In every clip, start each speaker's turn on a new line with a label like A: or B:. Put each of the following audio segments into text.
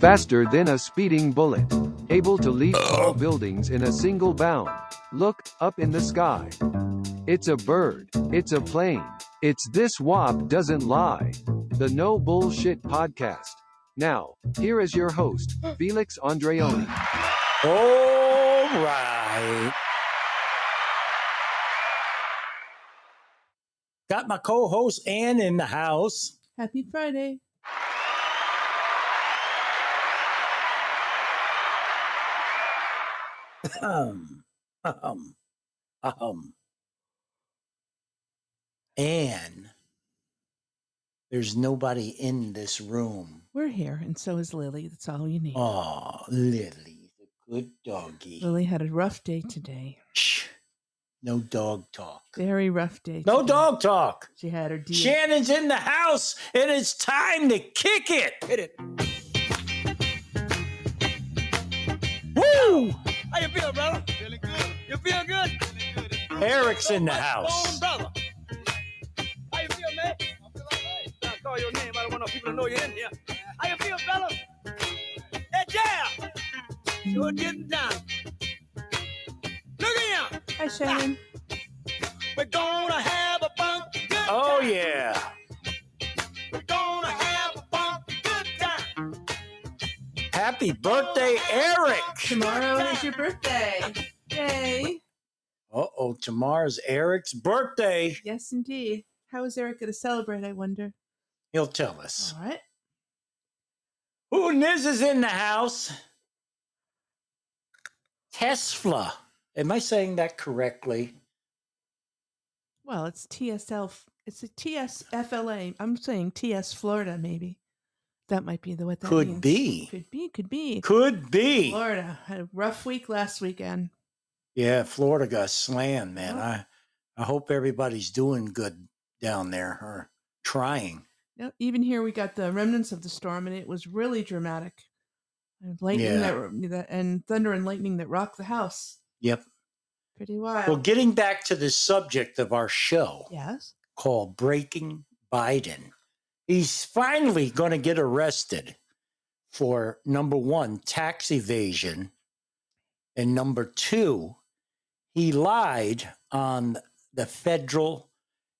A: Faster than a speeding bullet. Able to leap
B: Uh.
A: tall buildings in a single bound. Look, up in the sky. It's a bird. It's a plane. It's this WAP doesn't lie. The No Bullshit Podcast. Now, here is your host, Felix Andreoni.
C: All right. Got my co-host Ann in the house.
D: Happy Friday.
C: Um, um, um. Ann, there's nobody in this room.
D: We're here, and so is Lily. That's all you need.
C: Oh, Lily, the good doggy.
D: Lily had a rough day today.
C: Shh. No dog talk.
D: Very rough day.
C: No
D: today.
C: dog talk.
D: She had her D.
C: Shannon's in the house, and it's time to kick it. Hit it. Woo!
E: How you feel, brother? Feeling good. You feel good?
C: Eric's in the
E: What's
C: house.
E: going on, brother? How you feel, man? I feel alright. I call your name. I don't want no people to know you're in here. How you feel, fella? Hey, yeah. You're getting down. Look at him.
D: Hi, Shannon.
E: We're gonna have a funky good time.
C: Oh yeah.
E: We're gonna have a funky good time.
C: Happy birthday, Eric.
D: Tomorrow is your birthday. Yay.
C: Uh oh, tomorrow's Eric's birthday.
D: Yes, indeed. How is Eric going to celebrate, I wonder?
C: He'll tell us.
D: All right.
C: Who Niz is in the house? Tesla. Am I saying that correctly?
D: Well, it's TSL. It's a TSFLA. I'm saying TS Florida, maybe. That might be the what that
C: Could
D: means.
C: be.
D: Could be. Could be.
C: Could be.
D: Florida had a rough week last weekend.
C: Yeah, Florida got slammed, man.
D: Yep.
C: I I hope everybody's doing good down there or trying.
D: Yep. Even here, we got the remnants of the storm, and it was really dramatic. And lightning
C: Yeah.
D: that, were- that and thunder and lightning that rocked the house.
C: Yep.
D: Pretty wild.
C: Well, getting back to the subject of our show.
D: yes.
C: called Breaking Biden. He's finally going to get arrested for number one, tax evasion. And number two, he lied on the federal,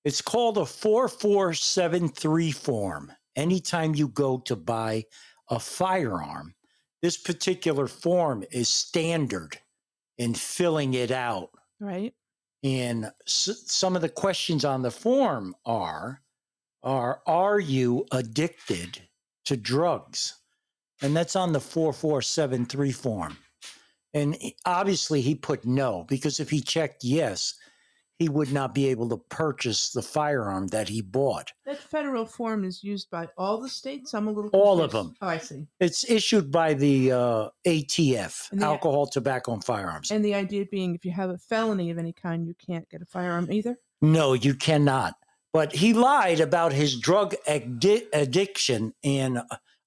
C: it's called a 4473 form. Anytime you go to buy a firearm, this particular form is standard in filling it out
D: Right.
C: and s- some of the questions on the form are are are you addicted to drugs? And that's on the 4473 form. And he- obviously he put no because if he checked yes, he would not be able to purchase the firearm that he bought.
D: That federal form is used by all the states. I'm a little.
C: All of
D: confused. Oh, I see.
C: It's issued by the uh, ATF,
D: And they-
C: Alcohol, Tobacco, and Firearms.
D: And the idea being, if you have a felony of any kind, you can't get a firearm either.
C: No, you cannot. But he lied about his drug addi- addiction, and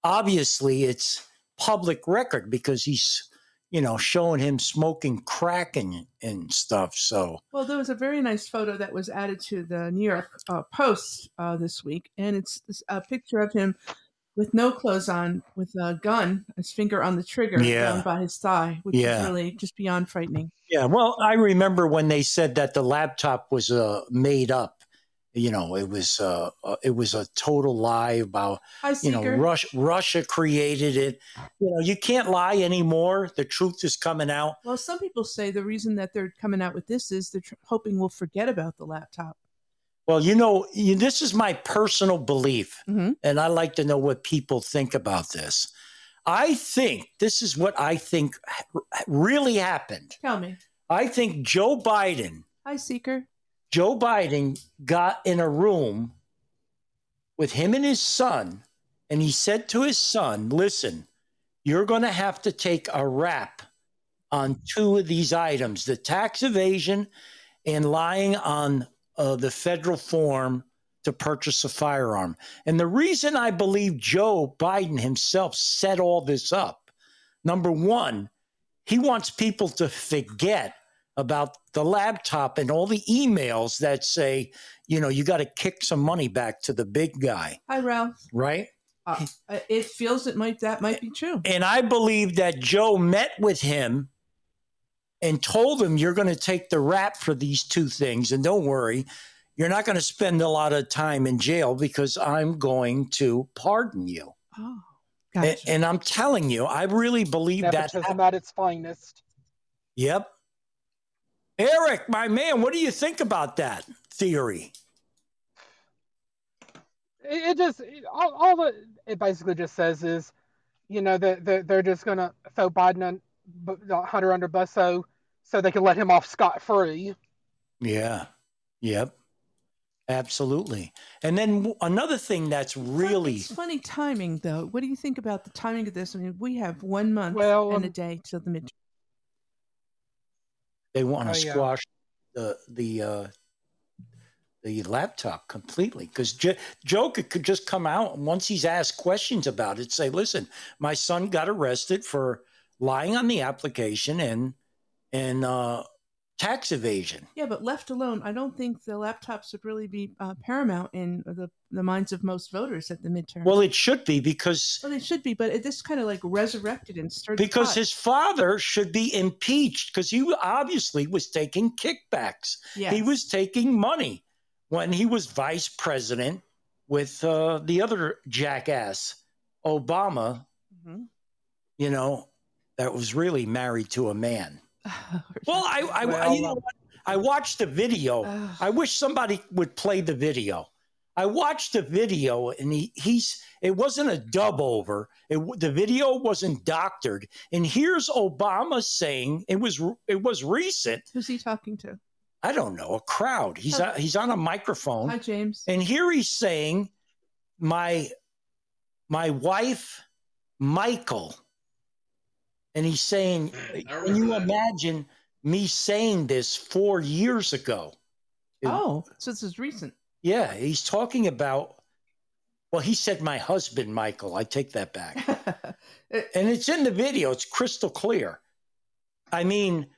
C: obviously it's public record because he's, you know, showing him smoking crack and, and stuff. So
D: Well, there was a very nice photo that was added to the New York uh, Post uh, this week, and it's this, a picture of him with no clothes on, with a gun, his finger on the trigger,
C: Yeah.
D: down by his thigh, which
C: Yeah.
D: is really just beyond frightening.
C: yeah, well, I remember when they said that the laptop was uh, made up. You know, it was uh, uh, it was a total lie about
D: Hi,
C: you
D: Seeker.
C: know Russia Russia created it. You know, you can't lie anymore. The truth is coming out.
D: well, some people say the reason that they're coming out with this is they're tr- hoping we'll forget about the laptop.
C: Well, you know, you, this is my personal belief,
D: Mhm.
C: and I like to know what people think about this. I think this is what I think ha- really happened.
D: Tell me.
C: I think Joe Biden,
D: Hi, Seeker.
C: Joe Biden got in a room with him and his son, and he said to his son, Listen, you're going to have to take a rap on two of these items the tax evasion and lying on uh, the federal form to purchase a firearm. And the reason I believe Joe Biden himself set all this up number one, he wants people to forget about the laptop and all the emails that say, you know, you got to kick some money back to the big guy,
D: Hi, Ralph.
C: right?
D: Uh, it feels it might that might be true.
C: And I believe that Joe met with him and told him, You're going to take the rap for these two things. And don't worry, you're not going to spend a lot of time in jail because I'm going to pardon you.
D: Oh,
C: A-
D: gotcha.
C: And, I'm telling you, I really believe that.
F: Nepotism at its finest.
C: Yep. Eric, my man, what do you think about that theory?
F: It, it just it- all, all it, it basically just says is, you know, that they're, they're just gonna throw Biden and Hunter under bus so so they can let him off scot free.
C: Yeah. Yep. Absolutely. And then w- another thing that's really
D: It's funny timing, though. What do you think about the timing of this? I mean, we have one month
F: Well,
D: and
F: um,
D: a day till the mid.
C: they want
F: Oh,
C: to
F: yeah.
C: squash the the uh, the laptop completely because Joe could, could just come out and once he's asked questions about it, say, "Listen, my son got arrested for lying on the application and and uh, tax evasion."
D: Yeah, but left alone, I don't think the laptops would really be uh, paramount in the the minds of most voters at the midterm.
C: Well, it should be because
D: Well, they should be, but it, this kind of like resurrected and stirred. the
C: because
D: pot.
C: his father should be impeached because he obviously was taking kickbacks.
D: yeah.
C: he was taking money when he was vice president with uh, the other jackass obama
D: Mhm.
C: you know that was really married to a man well i i,
F: Well,
C: you know what? I watched the video
D: Ugh.
C: i wish somebody would play the video i watched the video and he, he's it wasn't a dub over it, w- the video wasn't doctored and here's obama saying it was re- it was recent
D: Who's he talking to?
C: I don't know, a crowd. He's
D: Huh.
C: he's on a microphone,
D: Hi, James.
C: and here he's saying, "My my wife, Michael," and he's saying, "Can you imagine me saying this four years ago?"
D: Oh, so this is recent.
C: Yeah, he's talking about. Well, he said my husband, Michael. I take that back. and it's in the video. It's crystal clear. I mean,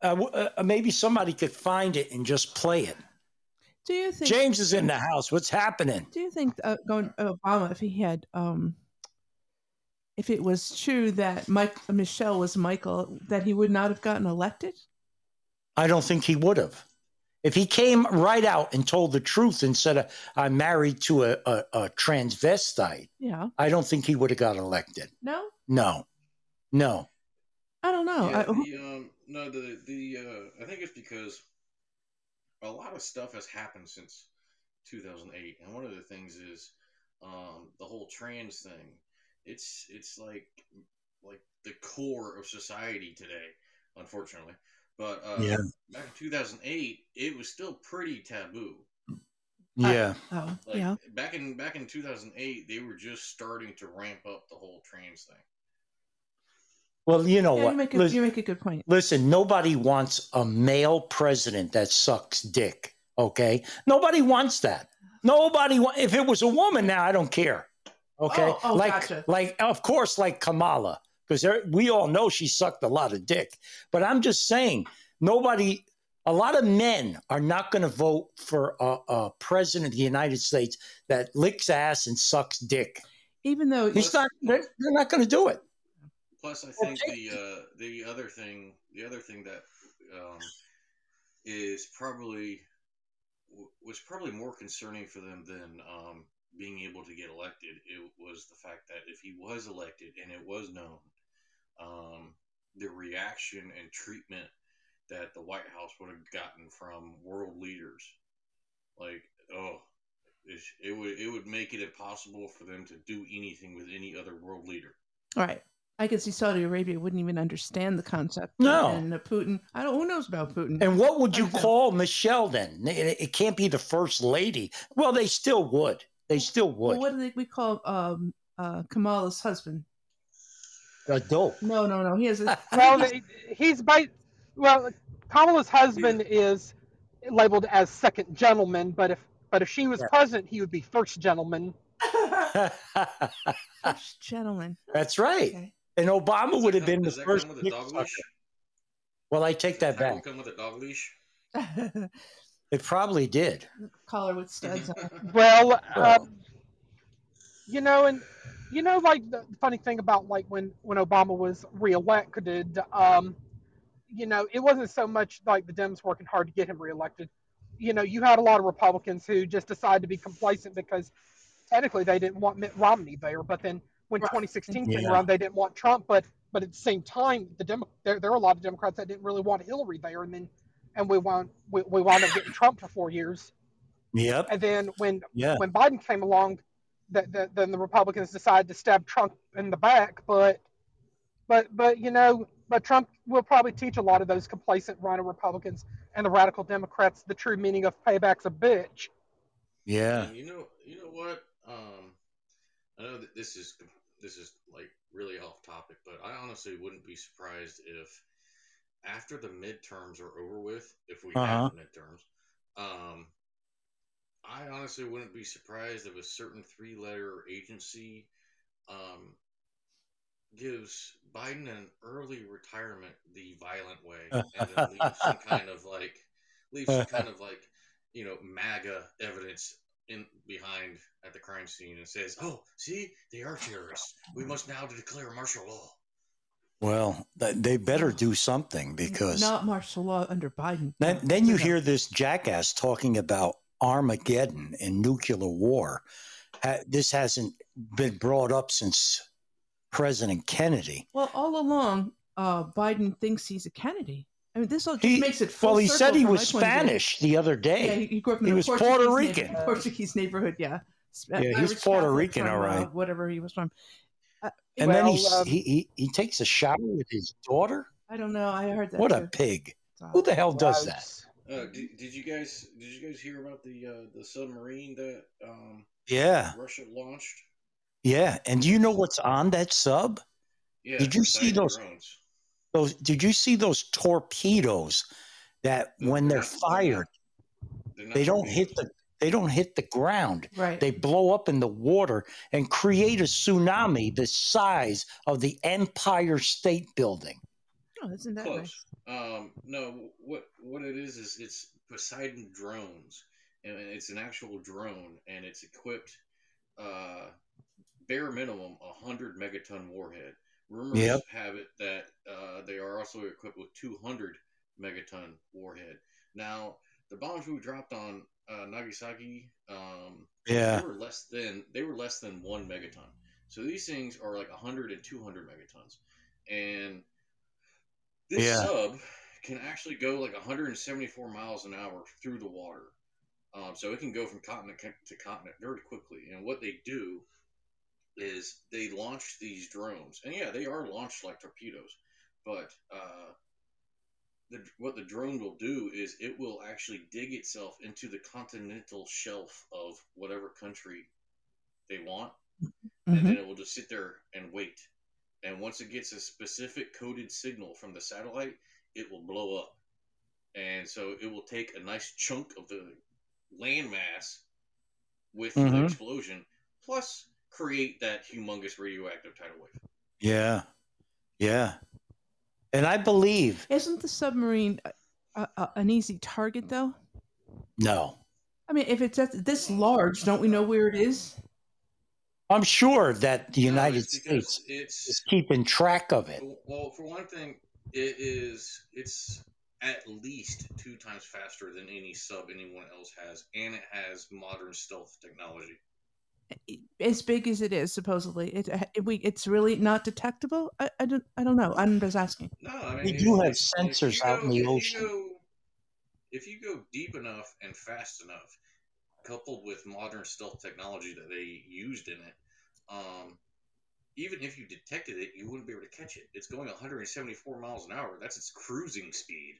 C: uh, w- uh, maybe somebody could find it and just play it.
D: do you think?
C: James is in the house. What's happening?
D: Do you think uh, going Obama, if he had, um, if it was true that Mike Michelle was Michael, that he would not have gotten elected?
C: I don't think he would have. If he came right out and told the truth and said, uh, I'm married to a, a, a transvestite,
D: Yeah.
C: I don't think he would have got elected.
D: No,
C: No, no.
D: I don't know.
G: yeah,
D: Oh, I-
G: the, um, no, the the uh, I think it's because a lot of stuff has happened since 2008, and one of the things is um, the whole trans thing. It's it's like like the core of society today, unfortunately. But uh,
C: Yeah.
G: back in 2008, it was still pretty taboo.
C: Yeah.
D: oh,
G: Like
D: yeah.
G: back in back in 2008, they were just starting to ramp up the whole trans thing.
C: well, you know
D: Yeah,
C: oh, what?
D: you, make a,
C: Listen-
D: you make a good point.
C: Listen, nobody wants a male president that sucks dick. Okay, nobody wants that. Nobody. Wa- if it was a woman, now I don't care. Okay,
D: Oh, oh,
C: like,
D: gotcha.
C: like, of course, like Kamala, because we all know she sucked a lot of dick. But I'm just saying, nobody. A lot of men are not going to vote for a, a president of the United States that licks ass and sucks dick.
D: Even though
C: He's not. They're, they're not going to do it.
G: Plus, I think the uh, the other thing the other thing that um, is probably w- was probably more concerning for them than um, being able to get elected. It was the fact that if he was elected and it was known, um, the reaction and treatment that the White House would have gotten from world leaders, like oh. It, it would it would make it impossible for them to do anything with any other world leader.
D: All right. I could see Saudi Arabia wouldn't even understand the concept.
C: No.
D: And uh, Putin, I don't, who knows about Putin?
C: And what would you
D: Okay.
C: call Michelle then? It, it can't be the first lady. Well, they still would. They still would.
D: Well, what do they, we call um, uh, Kamala's husband?
C: A dope.
D: No, no, no. He has a.
F: Well, they, he's by well, Kamala's husband is labeled as second gentleman, but if but if she was
C: Yeah.
F: president, he would be first gentleman.
D: gentleman.
C: That's right.
D: Okay.
C: And Obama
G: Does
C: would
G: that
C: have been the
G: come- does that come
C: first.
G: with a
C: dick
G: dog
C: sucker.
G: leash?
C: Well, I take that
G: Does tiger
C: back.
G: Come with a dog leash.
C: It probably did.
D: Collar with studs on.
F: Well,
C: Well.
F: um, you know, and you know, like the funny thing about like when when Obama was reelected, um, you know, it wasn't so much like the Dems working hard to get him reelected. You know, you had a lot of Republicans who just decided to be complacent because technically they didn't want Mitt Romney there, but then when 2016 came
C: Yeah.
F: around, they didn't want Trump, but but at the same time, the Demo- there there are a lot of Democrats that didn't really want Hillary there, and then and we wound we, we wound up getting Trump for four years,
C: Yep.
F: and then when
C: Yeah.
F: when Biden came along, that that then the Republicans decided to stab Trump in the back. But but but you know, but Trump will probably teach a lot of those complacent rhino Republicans and the radical Democrats the true meaning of payback's a bitch.
C: Yeah.
G: And you know, you know what? Um, I know that this is this is like really off topic, but I honestly wouldn't be surprised if after the midterms are over with, if we
C: Uh-huh.
G: have midterms, um, I honestly wouldn't be surprised if a certain three-letter agency um, gives Biden an early retirement the violent way, and then leaves some kind of like leaves some kind of like you know MAGA evidence in behind at the crime scene and says, "Oh, see, they are terrorists. We must now declare martial law."
C: Well, th- they better do something because
D: not martial law under Biden.
C: then, then you
D: No.
C: hear this jackass talking about Armageddon and nuclear war. Ha- This hasn't been brought up since President Kennedy.
D: Well, all along, uh, Biden thinks he's a Kennedy. I mean, this all just
C: He-
D: makes it. Full
C: Well, he
D: circle
C: said he
D: from
C: was
D: my point of view.
C: Spanish the other
D: Yeah, he,
C: day.
D: he grew up in
C: He
D: a
C: was
D: Portuguese
C: Puerto
D: neigh-
C: Rican.
D: Portuguese neighborhood, yeah. Sp-
C: Yeah, he's
D: Irish
C: Puerto
D: Catholic
C: Rican,
D: from,
C: all right.
D: uh, whatever he was from.
C: And then
F: Well,
C: he, s
F: um,
C: he, he he takes a shower with his daughter.
D: I don't know. I heard that.
C: What a
D: too.
C: pig!
D: So-
C: Who the hell does that?
F: Gross.
G: Uh, did, did you guys did you guys hear about the uh, the submarine that um,
C: Yeah,
G: Russia launched?
C: yeah. And do you know what's on that sub?
G: Yeah,
C: Did you
G: it's
C: see
G: not
C: those-
G: drones.
C: Those? Did you see those torpedoes that when they're fired,
G: not
C: they don't hit
G: torpedoes.
C: the they don't hit the ground.
D: Right.
C: They blow up in the water and create a tsunami the size of the Empire State Building.
D: oh, isn't that nice?
G: Close. Um, no, what what it is is it's Poseidon drones, and it's an actual drone, and it's equipped, uh, bare minimum a hundred megaton warhead. Rumors
C: Yep.
G: have it that uh, they are also equipped with two hundred megaton warhead. Now, the bombs we dropped on uh, Nagasaki, um,
C: Yeah,
G: they were less than they were less than one megaton. So these things are like 100 and 200 megatons, and this
C: Yeah.
G: sub can actually go like 174 miles an hour through the water. Um, so it can go from continent co- to continent very quickly. And what they do is they launch these drones, and yeah, they are launched like torpedoes, but uh, the, what the drone will do is it will actually dig itself into the continental shelf of whatever country they want,
C: Mm-hmm.
G: and
D: Mhm.
G: then it will just sit there and wait. And once it gets a specific coded signal from the satellite, it will blow up. And so it will take a nice chunk of the landmass with the
C: Mhm.
G: explosion, plus create that humongous radioactive tidal wave.
C: yeah, yeah. And I believe
D: Isn't the submarine uh, uh, an easy target, though?
C: no,
D: I mean, if it's at this large, don't we know where it is?
C: I'm sure that the
G: No,
C: United
G: it's because
C: States
G: it's
C: is keeping track of it.
G: Well, for one thing, it is it's at least two times faster than any sub anyone else has, and it has modern stealth technology.
D: As big as it is, supposedly, it, uh, it we it's really not detectable. I, I don't I don't know. I'm just asking.
G: No, I mean
C: They
G: if-
C: do have
G: if- if
C: sensors
G: you
C: out in the
G: if you
C: ocean.
G: go- if you go deep enough and fast enough, coupled with modern stealth technology that they used in it, um, even if you detected it, you wouldn't be able to catch it. It's going 174 miles an hour. That's its cruising speed.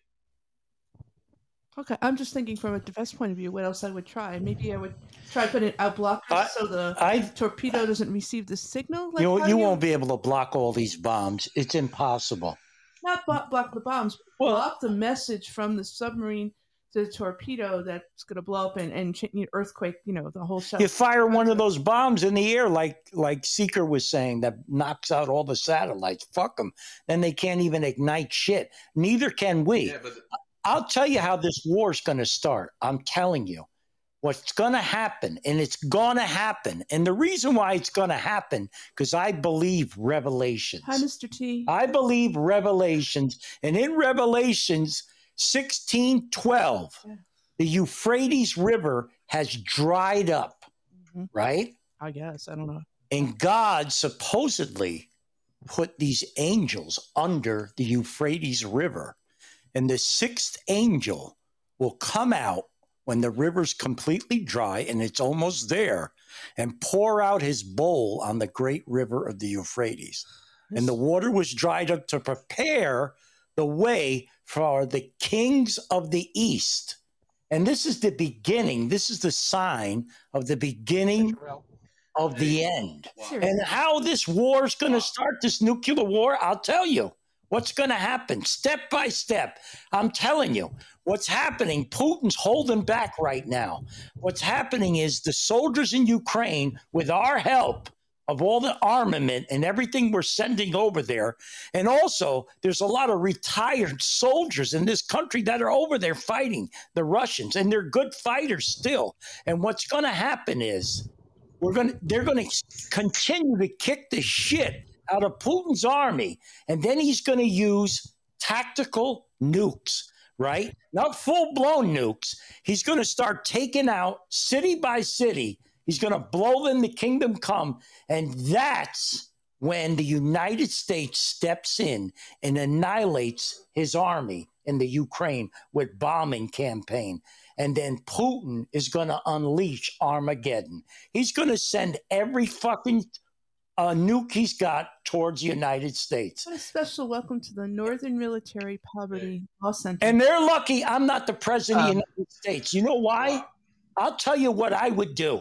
D: Okay, I'm just thinking from a defense point of view. What else I would try? Maybe I would try putting out blockers
C: I-
D: so the
C: I
D: torpedo doesn't receive the signal. Like
C: you
D: how
C: you
D: do
C: won't be able to block all these bombs. It's impossible.
D: not block, block the bombs,
C: Well-
D: block the message from the submarine to the torpedo that's going to blow up and and ch- you know, earthquake. You know the whole show.
C: You fire one of those bombs in the air, like like Seeker was saying, that knocks out all the satellites. Fuck them. Then they can't even ignite shit. Neither can we.
G: Yeah, but
C: I'll tell you how this war's going to start. I'm telling you. what's going to happen, and it's going to happen. And the reason why it's going to happen, because I believe revelations.
D: Hi, Mr. T.
C: I believe revelations. And in Revelations 16 12,
D: Yeah.
C: the Euphrates River has dried up,
D: Mhm.
C: right?
D: I guess I don't know.
C: And God supposedly put these angels under the Euphrates River. And the sixth angel will come out when the river's completely dry and it's almost there and pour out his bowl on the great river of the Euphrates. And the water was dried up to prepare the way for the kings of the east. And this is the beginning. This is the sign of the beginning
F: Israel.
C: of the end.
G: Wow.
D: Seriously.
C: And how this war is going to start, this nuclear war, I'll tell you what's going to happen step by step. I'm telling you what's happening. Putin's holding back right now. What's happening is the soldiers in Ukraine, with our help, of all the armament and everything we're sending over there. And also, there's a lot of retired soldiers in this country that are over there fighting the Russians, and they're good fighters still. And what's going to happen is we're going to they're going to continue to kick the shit out of Putin's army, and then he's going to use tactical nukes, right? Not full blown nukes. He's going to start taking out city by city. He's going to blow them the kingdom come, and that's when the United States steps in and annihilates his army in the Ukraine with bombing campaign. And then Putin is going to unleash Armageddon. He's going to send every fucking uh, nuke he's got towards the United States.
D: What a special welcome to the Northern Military Poverty Law Center.
C: And they're lucky I'm not the president of
D: Um,
C: the United States. You know why? I'll tell you what I would do.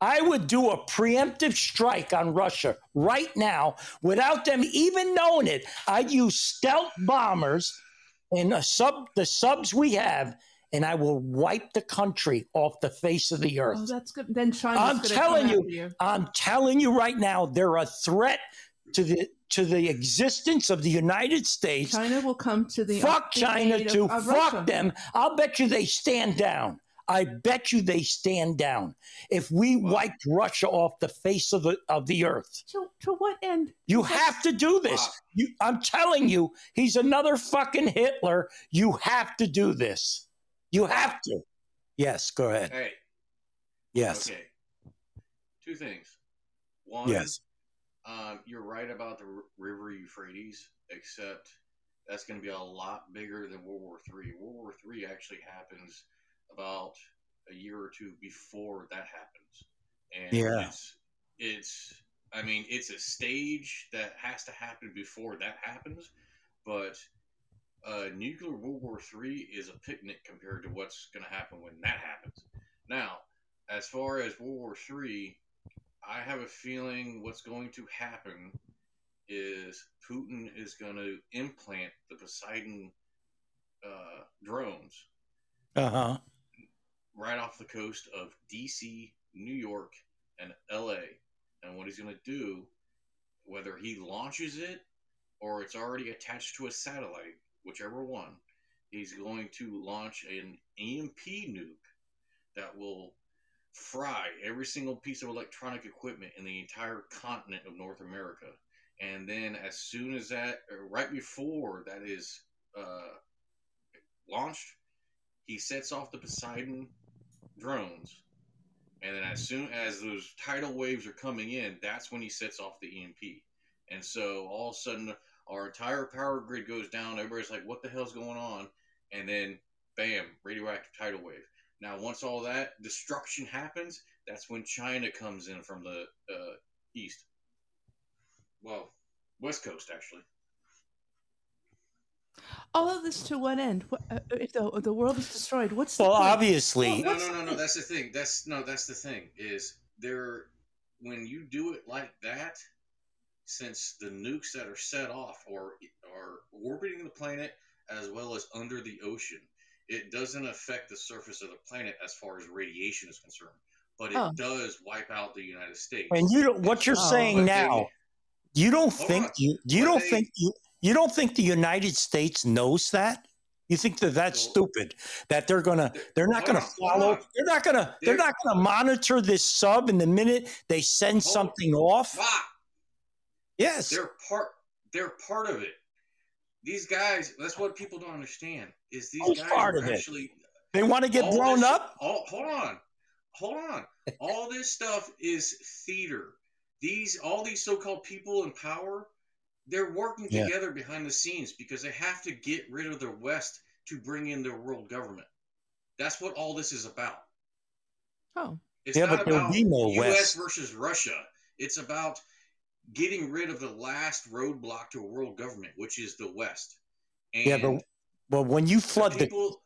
C: I would do a preemptive strike on Russia right now without them even knowing it. I'd use stealth bombers and a sub the subs we have, and I will wipe the country off the face of the earth.
D: oh, that's good. Then China's
C: I'm
D: gonna
C: telling
D: come
C: you,
D: after you.
C: I'm telling you right now, they're a threat to the to the existence of the United States.
D: China will come to the
C: fuck
D: the aid
C: China
D: of-
C: too.
D: of
C: fuck
D: Russia.
C: them. I'll bet you they stand down. I bet you they stand down. If we wiped Russia off the face of the of the earth,
D: To, to what end?
C: you have to do this.
G: Wow.
C: You, I'm telling you, he's another fucking Hitler. You have to do this. You have to. Yes, go ahead.
G: Hey,
C: Yes.
G: okay. Two things. One,
C: Yes.
G: um, you're right about the r- River Euphrates, except that's going to be a lot bigger than World War Three. World War Three actually happens about a year or two before that happens, and
C: Yeah.
G: it's, it's I mean it's a stage that has to happen before that happens, but uh, nuclear World War Three is a picnic compared to what's going to happen when that happens. Now, as far as World War Three, I have a feeling what's going to happen is Putin is going to implant the Poseidon uh, drones
C: Uh huh.
G: right off the coast of DC, New York, and LA. And what he's going to do, whether he launches it or it's already attached to a satellite, whichever one, he's going to launch an EMP nuke that will fry every single piece of electronic equipment in the entire continent of North America. And then, as soon as that, or right before that is uh, launched, he sets off the Poseidon drones, and then as soon as those tidal waves are coming in, that's when he sets off the EMP. And so all of a sudden, our entire power grid goes down. Everybody's like, "What the hell's going on?" And then, bam, radioactive tidal wave. Now, once all that destruction happens, that's when China comes in from the uh, east. Well, west coast actually.
D: All of this to what end? What, uh, if the, the world is destroyed, what's the
C: Well,
D: point?
C: obviously,
G: No,
D: What's the
G: no, no, no.
D: point?
G: That's the thing. That's no. That's the thing. Is there when you do it like that? Since the nukes that are set off or are orbiting the planet as well as under the ocean, it doesn't affect the surface of the planet as far as radiation is concerned, but it
D: Oh.
G: does wipe out the United States.
C: and you don't- what you're
D: Oh,
C: saying
G: But
C: now.
G: they-
C: You don't
G: Hold
C: think
G: on.
C: you you
G: But
C: don't
G: they-
C: think you, you don't think the United States knows that? You think that that's stupid? That they're gonna they're not gonna
G: Hold on, hold
C: follow?
G: on.
C: They're not gonna they're not gonna monitor this sub in the minute they send
G: Hold-
C: something off?
G: Fuck.
C: Yes.
G: They're part. They're part of it. These guys. That's what people don't understand. Is these
C: Who's
G: guys
C: part
G: are
C: of it?
G: actually
C: They want to get
G: all
C: blown
G: this-
C: up.
G: All, hold on, hold on. all this stuff is theater. These all these so-called people in power, they're working
C: Yeah.
G: together behind the scenes because they have to get rid of the West to bring in their world government. That's what all this is about.
D: Oh,
G: It's
C: Yeah,
G: not
C: but there'll
G: about
C: be no
G: U.S.
C: West.
G: versus Russia. It's about getting rid of the last roadblock to a world government, which is the West. And
C: Yeah, but but when you flood the
G: people,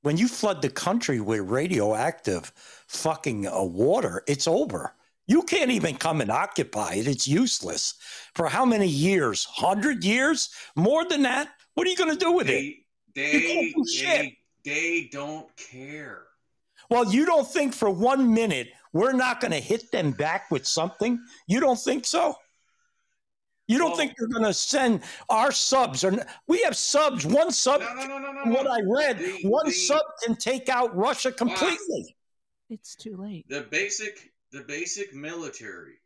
C: when you flood the country with radioactive fucking uh, water, it's over. You can't even come and occupy it. It's useless. For how many years? 100 years? More than that? What are you going to do with it?
G: they they
C: can't do shit.
G: they, they don't care.
C: Well, you don't think for one minute we're not going to hit them back with something? You don't think so? You don't
G: Well-
C: think they're going to send our subs? Or we have subs. One sub,
G: No, no, no, no, no.
C: from what
G: no.
C: I read,
G: The-
C: one
G: the-
C: sub can take out Russia completely.
D: it's too late.
G: the basic the basic military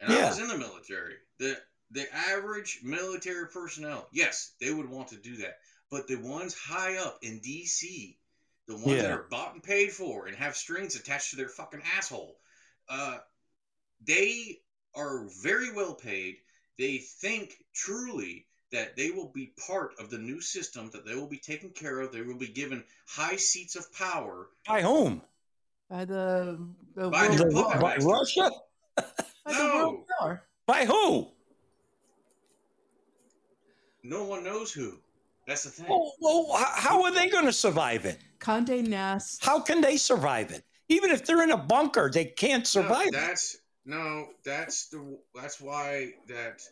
G: and i
C: Yeah.
G: was in the military the the average military personnel yes they would want to do that but the ones high up in dc the ones that
C: Yeah.
G: are bought and paid for and have strings attached to their fucking asshole uh, they are very well paid they think truly that they will be part of the new system that they will be taken care of they will be given high seats of power
C: By whom?
D: By the the
G: By
D: world,
G: their
C: The-
G: puppet
C: by
G: master.
C: Russia?
D: by the world
G: No.
D: power.
C: By who?
G: no one knows who that's the thing
C: Well, well, h- how are they going to survive it?
D: Condé Nast.
C: How can they survive it? Even if they're in a bunker, they can't survive.
G: No,
C: it.
G: that's no. That's the. That's why that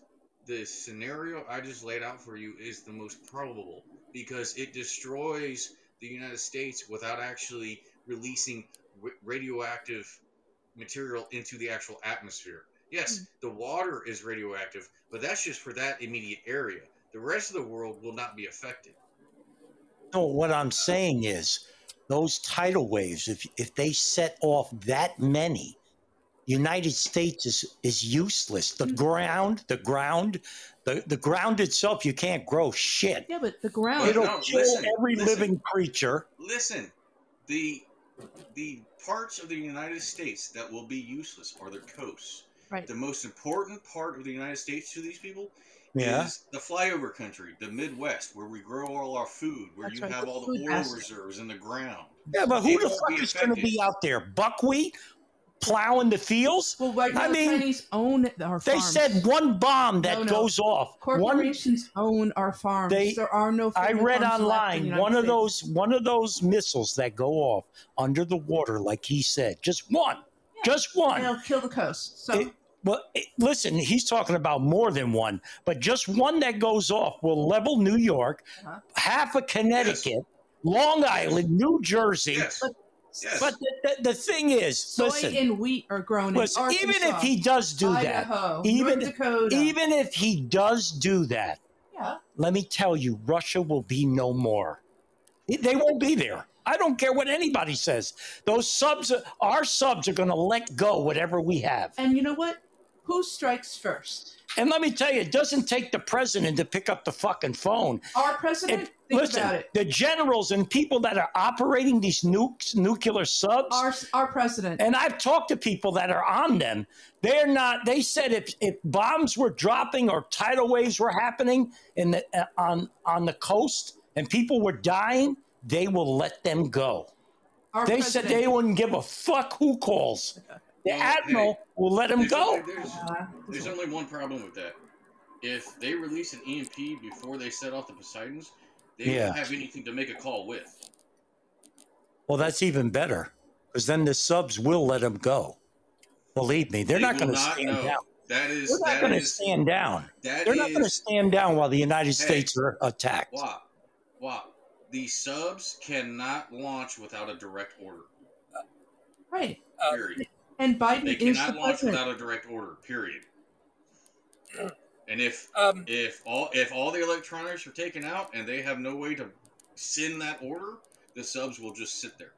G: the scenario I just laid out for you is the most probable because it destroys the United States without actually releasing w- radioactive material into the actual atmosphere. Yes, the water is radioactive, but that's just for that immediate area. The rest of the world will not be affected.
C: No, what I'm saying is those tidal waves, if if they set off that many, United States is is useless.
G: Hmm.
C: The ground, the ground, the, the ground itself, you can't grow shit.
D: Yeah, but the ground.
G: But
C: It'll
G: no,
C: kill
G: listen,
C: every
G: listen.
C: living creature.
G: Listen, the the parts of the United States that will be useless are the coasts.
D: Right.
G: The most important part of the United States to these people
C: Yeah.
G: is the flyover country, the Midwest, where we grow all our food, where
D: That's
G: you
D: right,
G: have
D: the
G: all the
D: food
G: oil
D: basket.
G: reserves in the ground.
C: Yeah, but who
G: It
C: the
G: won't
C: fuck
G: be
C: is going to
G: affected.
C: be out there? Buckwheat plowing the fields?
D: Well, right now
C: I
D: the
C: mean,
D: Chinese own our
C: They
D: farms.
C: said one bomb that
D: No, no.
C: goes off. One
D: corporations own our farms.
C: They-
D: there are no.
C: I
D: family
C: read
D: farms left in the
C: online
D: United
C: one of
D: States.
C: those one of those missiles that go off under the water, like he said, just one, just
D: And
C: one.
D: it'll kill the coast. So
C: It, well, it- listen, he's talking about more than one, but just one that goes off will level New York,
D: Uh-huh.
C: half of Connecticut, Long Island, New Jersey.
G: Yes.
D: But-
G: yes.
C: But the, the, the thing is,
D: soy
C: listen,
D: and wheat are grown
C: listen,
D: in Arkansas,
C: even if he does do that,
D: Idaho,
C: even-
D: North Dakota,
C: even if he does do that,
D: yeah,
C: let me tell you, Russia will be no more. They won't be there. I don't care what anybody says. Those subs, our subs are going to let go whatever we have.
D: and you know what? Who strikes first?
C: And let me tell you, it doesn't take the president to pick up the fucking phone.
D: Our president.
C: If-
D: Think about
C: listen,
D: it.
C: the generals and people that are operating these nukes, nuclear subs,
D: Our our president.
C: and I've talked to people that are on them. They're not. They said if, if bombs were dropping or tidal waves were happening in the uh, on on the coast and people were dying, they will let them go.
D: our
C: They said
D: president.
C: they wouldn't give a fuck who calls. The
G: Well,
C: admiral will let them
G: there's
C: go. Uh-huh.
G: only- there's-
D: Uh,
G: There's only one problem with that. If they release an EMP before they set off the Poseidons, they
C: Yeah.
G: don't have anything to make a call with.
C: Well, that's even better because then the subs will let them go. Believe me, they're
G: They
C: not
G: will
C: going to stand
G: know.
C: down.
G: That is-
C: They're not
G: that
C: going to
G: is-
C: stand down.
G: that
C: They're not going to
G: is-
C: stand down while the United
G: Hey.
C: States are attacked.
G: Wop, wop. The subs cannot launch without a direct order.
D: right.
G: Period.
D: And Biden
G: They
D: is the
G: cannot launch
D: president.
G: without a direct order. Period. And if
C: Um,
D: Um,
G: if all if all the electronics are taken out and they have no way to in that order, the subs will just sit there.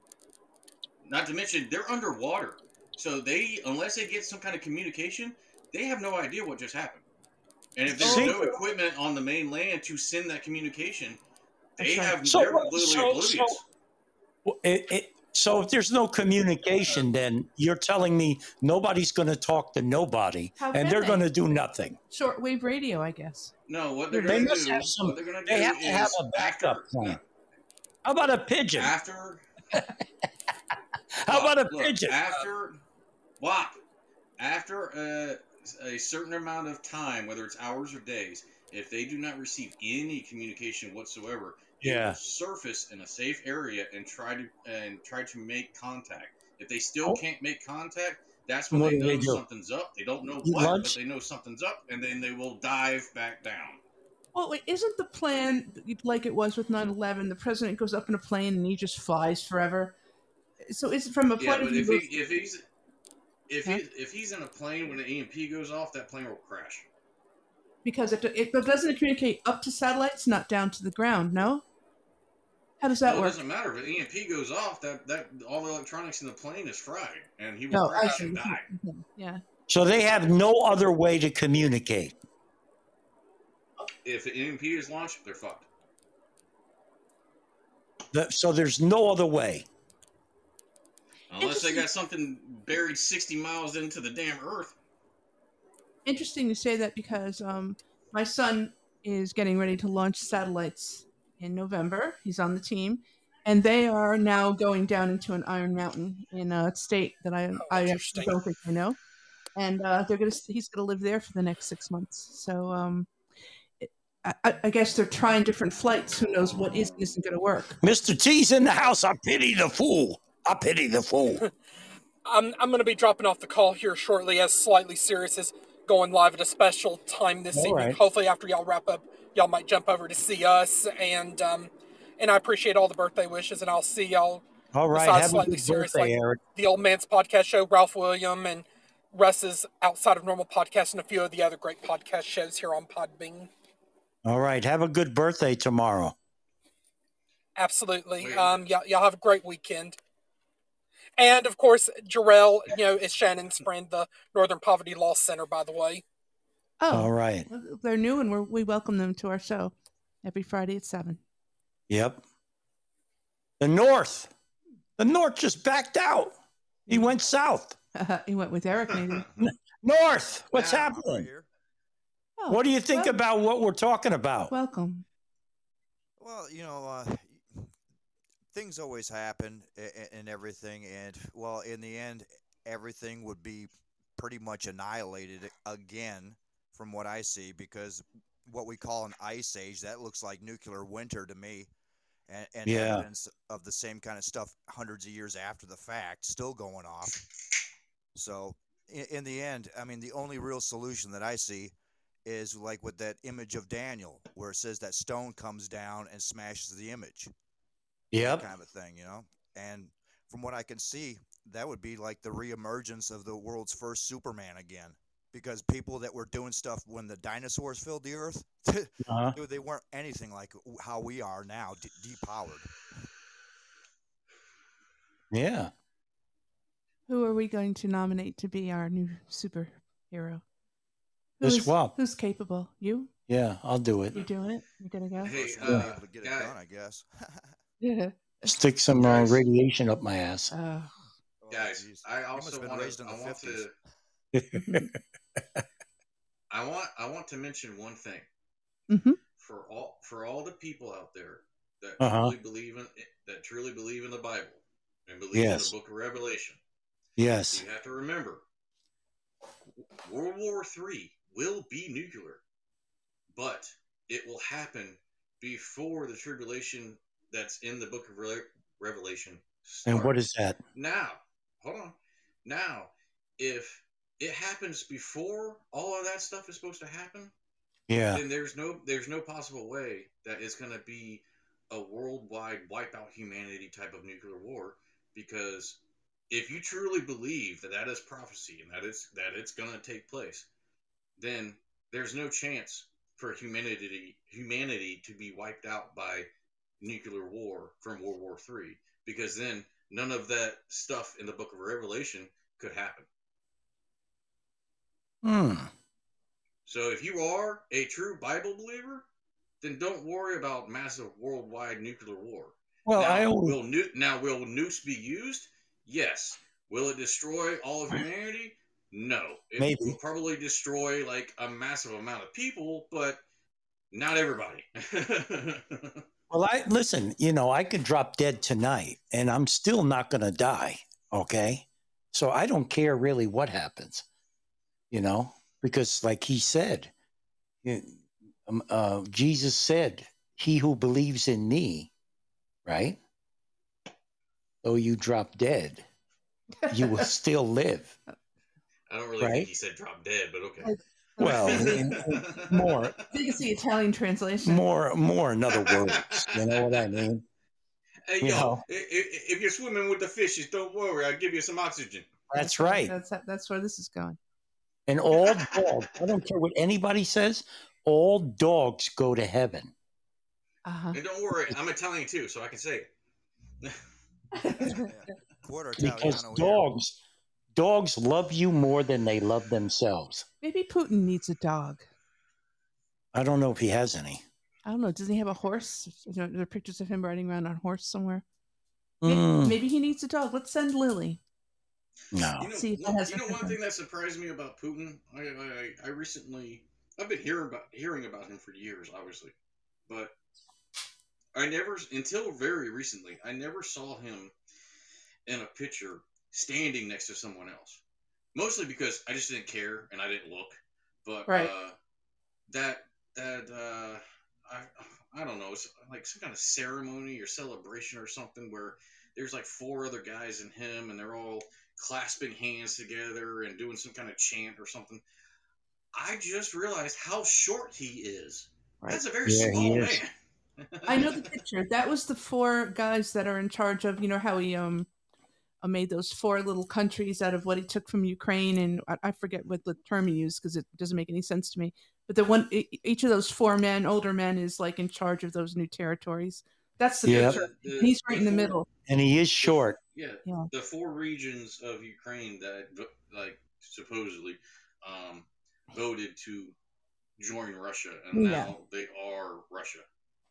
G: Not to mention they're underwater, so they unless they get some kind of communication, they have no idea what just happened. And if there's no
C: Secret.
G: equipment on the mainland to send that communication, they
D: That's right.
G: have
C: So-
G: they're literally
C: so-
G: oblivious.
C: so- Well, It, it, so if there's no communication, then you're telling me nobody's going to talk to nobody,
D: How
C: and
D: can
C: they're
D: they?
C: going to do nothing.
D: Shortwave radio, I guess.
G: no, what they're
D: They
G: going to
C: must
G: do?
C: have some-
G: what they're going to
C: they
G: do
C: have
G: is
C: to have a backup
G: after,
C: plan. How about a pigeon?
G: after
C: How about a
G: Look,
C: pigeon?
G: After what? After a, a certain amount of time, whether it's hours or days, if they do not receive any communication whatsoever, they will
C: Yeah.
G: surface in a safe area and try to and try to make contact. If they still
C: Oh.
G: can't make contact, that's when
C: What
G: they
C: do
G: know
C: they do?
G: something's up. They don't know
C: Eat
G: what,
C: lunch?
G: but they know something's up, and then they will dive back down.
D: Well, wait, isn't the plan like it was with 9 11? The president goes up in a plane and he just flies forever. So it's from a point
G: Yeah,
D: of
G: but
D: view.
G: if he, if he's if
D: Huh?
G: he, if he's in a plane when an EMP goes off, that plane will crash.
D: because it, it but doesn't it communicate up to satellites, not down to the ground, no? How does that
G: Well, it
D: work?
G: doesn't matter if an EMP goes off. That that all the electronics in the plane is fried, and he will
D: No, Oh, I
G: crash
D: see.
G: and die.
D: Yeah.
C: So they have no other way to communicate.
G: If an EMP is launched, they're fucked.
C: The- so there's no other way.
G: Unless they got something buried sixty miles into the damn earth.
D: Interesting you say that because um, my son is getting ready to launch satellites in November. He's on the team. And they are now going down into an iron mountain in a state that I, I actually
C: Oh, interesting.
D: don't think I know. And uh, they're gonna he's gonna live there for the next six months. So um, it, I- I, I guess they're trying different flights. Who knows what is and isn't gonna work?
C: Mr. T's in the house. I pity the fool. I pity the fool.
F: I'm, I'm going to be dropping off the call here shortly as Slightly Serious is going live at a special time this
C: All
F: evening.
C: right.
F: Hopefully, after y'all wrap up, y'all might jump over to see us. And um, and I appreciate all the birthday wishes, and I'll see y'all.
C: All right.
F: Besides
C: Have a
F: slightly
C: good
F: serious,
C: birthday,
F: like-
C: Eric.
F: The Old Man's Podcast Show, Ralph William, and Russ's Outside of Normal Podcast, and a few of the other great podcast shows here on Podbean.
C: All right. Have a good birthday tomorrow.
F: Absolutely.
G: Wait.
F: Um, y'all, y'all have a great weekend. And of course, Jarrell, you know, is Shannon's friend, the Northern Poverty Law Center, by the way.
D: Oh,
C: All right.
D: they're new, and we're, we welcome them to our show every Friday at seven.
C: Yep. The North. The North just backed out. He went south.
D: he went with Eric, maybe.
C: North. What's
G: Yeah, I'm
C: happening?
D: Oh,
C: What do you think
D: well-
C: about what we're talking about?
D: Welcome.
H: Well, you know, uh, things always happen and, and everything, and well, in the end, everything would be pretty much annihilated again, from what I see, because what we call an ice age that looks like nuclear winter to me, and, and
C: Yeah.
H: evidence of the same kind of stuff hundreds of years after the fact still going off. So, in, in the end, I mean, the only real solution that I see is like with that image of Daniel, where it says that stone comes down and smashes the image, that
C: Yep.
H: kind of a thing, you know. And from what I can see, that would be like the reemergence of the world's first Superman again, because people that were doing stuff when the dinosaurs filled the earth,
C: Uh-huh.
H: dude, they weren't anything like w- how we are now, de- depowered.
C: Yeah.
D: Who are we going to nominate to be our new superhero?
C: The
D: Who's-
C: Swamp.
D: Who's capable? You?
C: Yeah. I'll do it.
D: You doing it? You gonna go?
G: Hey,
H: We'll be
G: uh,
H: able to get it
G: guy,
H: done, I guess. Oh,
D: Yeah.
C: Stick some uh,
G: Guys.
C: radiation up my ass.
D: Oh.
H: Oh,
G: guys,
H: jeez.
G: I
H: must
G: also
H: have been
G: want
H: raised
G: to.
H: in
G: I
H: the
G: want
H: 50s.
G: to. I want. I want to mention one thing
D: Mhm.
G: for all for all the people out there that
C: Uh-huh.
G: truly believe in that truly believe in the Bible and believe
C: Yes.
G: in the Book of Revelation.
C: Yes.
G: You have to remember, World War Three will be nuclear, but it will happen before the tribulation that's in the Book of Re- Revelation.
C: And what
G: starts.
C: is that?
G: now? Hold on. Now, if it happens before all of that stuff is supposed to happen,
C: Yeah.
G: then there's no there's no possible way that it's going to be a worldwide wipe out humanity type of nuclear war because if you truly believe that that is prophecy and that it's that it's going to take place then there's no chance for humanity humanity to be wiped out by nuclear war from World War Three because then none of that stuff in the Book of Revelation could happen.
C: Hmm.
G: So if you are a true Bible believer, then don't worry about massive worldwide nuclear war.
C: Well,
G: now,
C: I always,
G: will nu- now will nukes be used? Yes. Will it destroy all of humanity? No. It
C: Maybe.
G: will probably destroy like a massive amount of people, but not everybody.
C: well, I listen. You know, I could drop dead tonight, and I'm still not going to die. Okay, so I don't care really what happens. You know, because like he said, you- um, uh, Jesus said, "He who believes in me, right? Though you drop dead, you will still live."
G: I don't really
C: Right.
G: think he said drop dead, but okay.
C: Well, and- and more,
D: I think it's the Italian translation.
C: more, more. In other words, you know what I mean.
G: Hey,
C: you
G: yo,
C: know.
G: i- i- if you're swimming with the fishes, don't worry. I'll give you some oxygen.
C: That's right.
D: That's that's where this is going.
C: And all dogs, I don't care what anybody says, all dogs go to heaven.
D: Uh huh.
G: And don't worry, I'm Italian too, so I can say it.
H: Yeah. Quarter
C: Because
H: Italiano here.
C: dogs dogs love you more than they love themselves.
D: Maybe Putin needs a dog.
C: I don't know if he has any.
D: I don't know. Does he have a horse? You know, there are pictures of him riding around on a horse somewhere. Maybe,
C: Mm,
D: maybe he needs a dog. Let's send Lily.
C: no.
G: You know,
D: See if that
G: one,
D: has
G: you know
D: anything.
G: one thing that surprised me about Putin. I, I, I recently, I've been hearing about hearing about him for years, obviously, but I never, until very recently, I never saw him in a picture standing next to someone else. Mostly because I just didn't care and I didn't look. But
D: Right.
G: uh, that that uh, I I don't know, it's like some kind of ceremony or celebration or something where there's like four other guys and him and they're all clasping hands together and doing some kind of chant or something. I just realized how short he is.
D: Right.
G: That's a very
C: Yeah, he
G: small
C: is.
G: man.
D: I know the picture. That was the four guys that are in charge of, you know, how he um uh, made those four little countries out of what he took from Ukraine, and I, I forget what the term he used because it doesn't make any sense to me. But the one, e- each of those four men, older men, is like in charge of those new territories. That's the
C: Yeah.
D: picture.
G: The-
D: He's right in the
G: four-
D: middle.
C: And he is short.
G: Yeah,
D: Yeah.
G: the four regions of Ukraine that like supposedly um, voted to join Russia, and now they are Russia.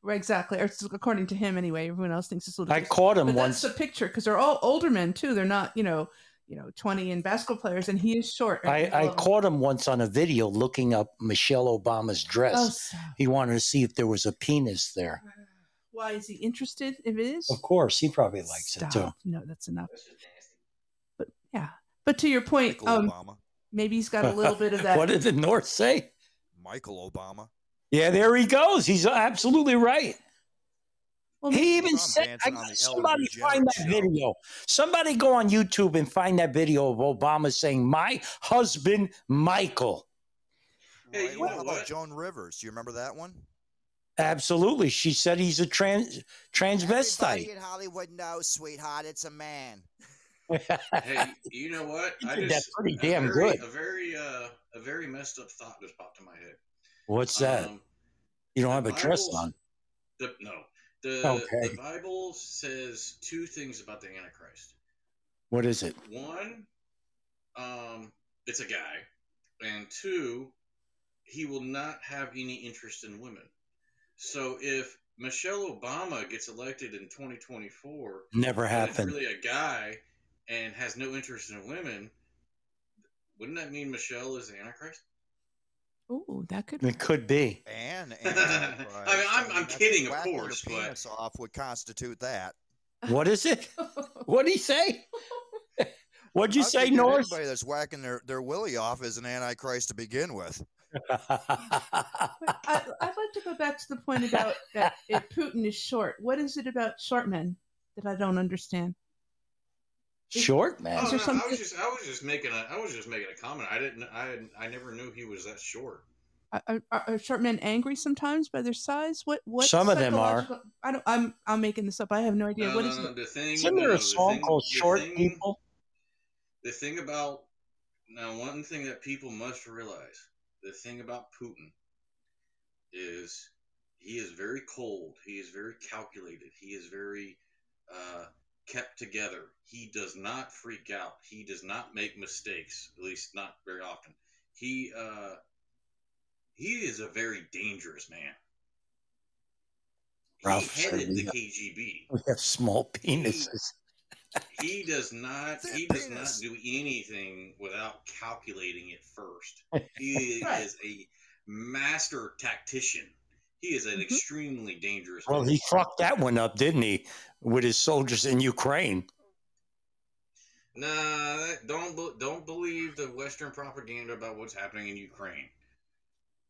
D: Right, exactly. Or it's according to him, anyway. Everyone else thinks it's ludicrous.
C: I caught him
D: but
C: once.
D: that's the picture because they're all older men too. They're not, you know, you know, twenty and basketball players, and he is short.
C: I, I caught him once on a video looking up Michelle Obama's dress.
D: Oh, stop.
C: He wanted to see if there was a penis there.
D: Why is he interested? If it is,
C: Of course, he probably likes it too.
D: Stop. No, that's enough.
G: That's just nasty.
D: But to your point,
H: Michael
D: um,
H: Obama.
D: maybe he's got a little bit of that.
C: what did the North say?
H: Michael Obama.
C: Yeah, there he goes. He's absolutely right.
D: well,
C: He even
H: Tom
C: said, I
H: Danson on
C: got
H: the
C: somebody
H: Ellen
C: find that
H: DeGeneres show.
C: video. Somebody go on YouTube and find that video of Obama saying, My husband, Michael.
G: Hey,
H: Right,
G: you
H: what
G: know
H: about
G: what?
H: Joan Rivers? Do you remember that one?
C: Absolutely. She said he's a trans transvestite.
H: in Hollywood knows, sweetheart, it's a man.
G: Hey, you know what?
C: He did that pretty damn
G: a very,
C: good.
G: A very, uh, a very messed up thought just popped in my head.
C: What's that?
G: Um,
C: You don't have
G: the
C: a dress
G: Bible's-
C: on.
G: The, no, the,
C: Okay.
G: the Bible says two things about the Antichrist.
C: What is it?
G: one, um, it's a guy, and two, he will not have any interest in women. So if Michelle Obama gets elected in 2024,
C: Never
G: and it's
C: happened.
G: really a guy and has no interest in women, wouldn't that mean Michelle is the Antichrist?
D: Ooh, that could.
C: It could be.
H: And,
G: I mean, I'm- I'm
H: that's-
G: kidding, of
H: whacking your
G: course, but-
H: penis off would constitute that.
C: What is it? What'd he say? What'd you
H: I
C: say,
H: figure
C: North?
H: Anybody that's whacking their, their willy off is an antichrist to begin with.
D: But I, I'd like to go back to the point about that if Putin is short. What is it about short men that I don't understand?
C: Short
G: Oh,
C: man.
D: Is there
G: no, I
D: something-
G: was just I was just making a I was just making a comment. I didn't I had- I never knew he was that short.
D: Are, are, are short men angry sometimes by their size? What? What?
C: Some of them are.
D: psychological- I don't. I'm. I'm making this up. I have no idea.
G: No,
D: what
G: no,
D: is
G: no,
D: it?
G: the thing,
C: Isn't
G: no,
C: there
G: no,
C: a
G: the
C: song
G: thing-
C: called
G: the
C: Short
G: thing-
C: People?
G: the thing about now one thing that people must realize the thing about putin is he is very cold. He is very calculated. He is very uh, kept together. He does not freak out. He does not make mistakes, at least not very often. He uh, he is a very dangerous man. He
C: Ralph,
G: headed
C: sure,
G: the
C: yeah.
G: KGB.
C: We have small penises.
G: He does not.
H: Their
G: He does not
H: penis.
G: do anything without calculating it first. He
D: Right.
G: is a master tactician. He is an
D: Mhm.
G: extremely dangerous.
C: Well,
G: man.
C: he fucked that one up, didn't he? With his soldiers in Ukraine.
G: Nah, that- don't be- don't believe the Western propaganda about what's happening in Ukraine.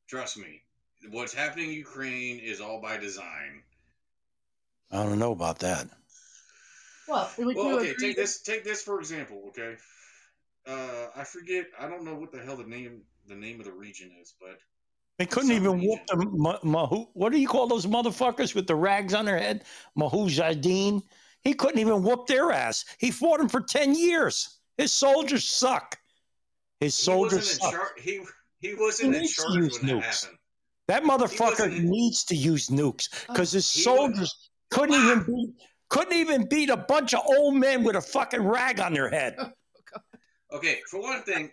G: Trust me, what's happening in Ukraine is all by design.
C: I don't know about that.
D: Well, would
G: Well,
D: you
G: okay,
D: agree
G: take this take this for example, okay? Uh, I forget. I don't know what the hell the name the name of the region is, but
C: They couldn't
G: Some
C: even
G: region.
C: whoop the ma- Mahu. What do you call those motherfuckers with the rags on their head? Mahujadeen. He couldn't even whoop their ass. He fought him for ten years. His soldiers suck. His
G: he wasn't
C: soldiers
G: in
C: suck.
G: charge. He he wasn't in
C: needs to
G: charge
C: use
G: when that
C: nukes.
G: happened.
C: That motherfucker
G: wasn't-
C: needs to use nukes because his
G: He
C: soldiers couldn't even beat, couldn't even beat a bunch of old men with a fucking rag on their head.
G: Okay, for one thing,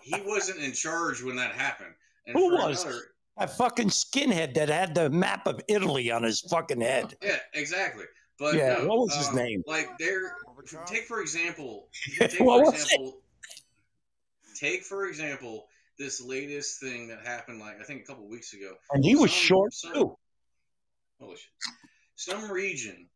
G: he wasn't in charge when that happened. And
C: Who
G: for
C: was?
G: Another,
C: That fucking skinhead that had the map of Italy on his fucking head.
G: yeah, exactly. But
C: Yeah,
G: no,
C: what was his
G: um,
C: name?
G: Like there,
H: Gorbachev?
G: take for example, take
C: What
G: for
C: was it?
G: example, take for example this latest thing that happened like I think a couple weeks ago.
C: And he was
G: Some-
C: short
G: some-
C: too.
G: Holy shit. Some region,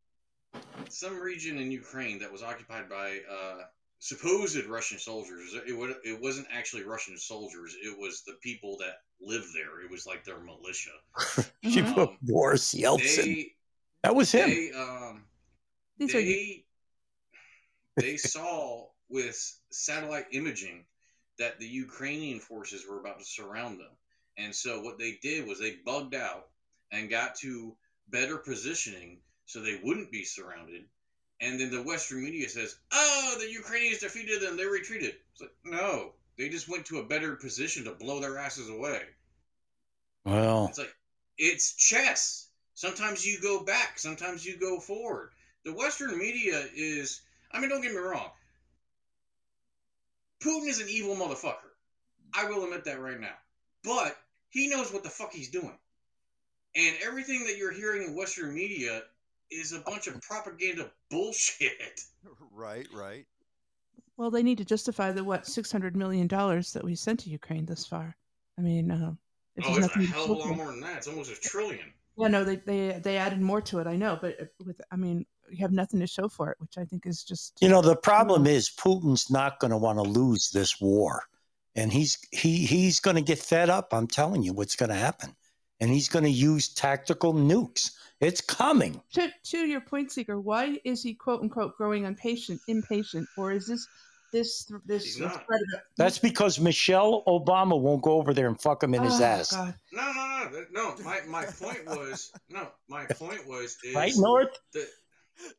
G: some region in Ukraine that was occupied by uh, supposed Russian soldiers. It would, it wasn't actually Russian soldiers. It was the people that lived there. It was like their militia.
C: She
D: Mhm.
C: put Boris Yeltsin.
G: Mm-hmm. They,
C: that was him.
G: they, um,
D: These are you-
G: they they saw with satellite imaging that the Ukrainian forces were about to surround them. And so what they did was they bugged out and got to better positioning so they wouldn't be surrounded. And then the Western media says, "Oh, the Ukrainians defeated them; they retreated." It's like, no, they just went to a better position to blow their asses away.
C: well,
G: It's like it's chess. Sometimes you go back, sometimes you go forward. The Western media is I mean, don't get me wrong. Putin is an evil motherfucker. I will admit that right now. But he knows what the fuck he's doing. And everything that you're hearing in Western media is a bunch of propaganda bullshit.
H: Right, right.
D: well, they need to justify the what six hundred million dollars that we sent to Ukraine thus far. I mean, uh, if
G: Oh,
D: there's
G: it's a
D: nothing to
G: hell of a
D: show
G: lot
D: for it-
G: more than that. It's almost a trillion.
D: yeah, no, they, they they added more to it. I know, but uh, with I mean, you have nothing to show for it, which I think is just
C: you know the problem is Putin's not going to want to lose this war, and he's he he's going to get fed up. I'm telling you what's going to happen, and he's going to use tactical nukes. It's coming.
D: to, to your point seeker why is he quote unquote growing impatient impatient or is this this this,
G: He's
D: this
G: not.
D: threat of-
C: That's because Michelle Obama won't go over there and fuck him in his
G: Ah,
D: Oh,
C: ass,
D: God.
G: No, no, no, that- no. My, my point was no. My point was is
C: right, North?
G: that-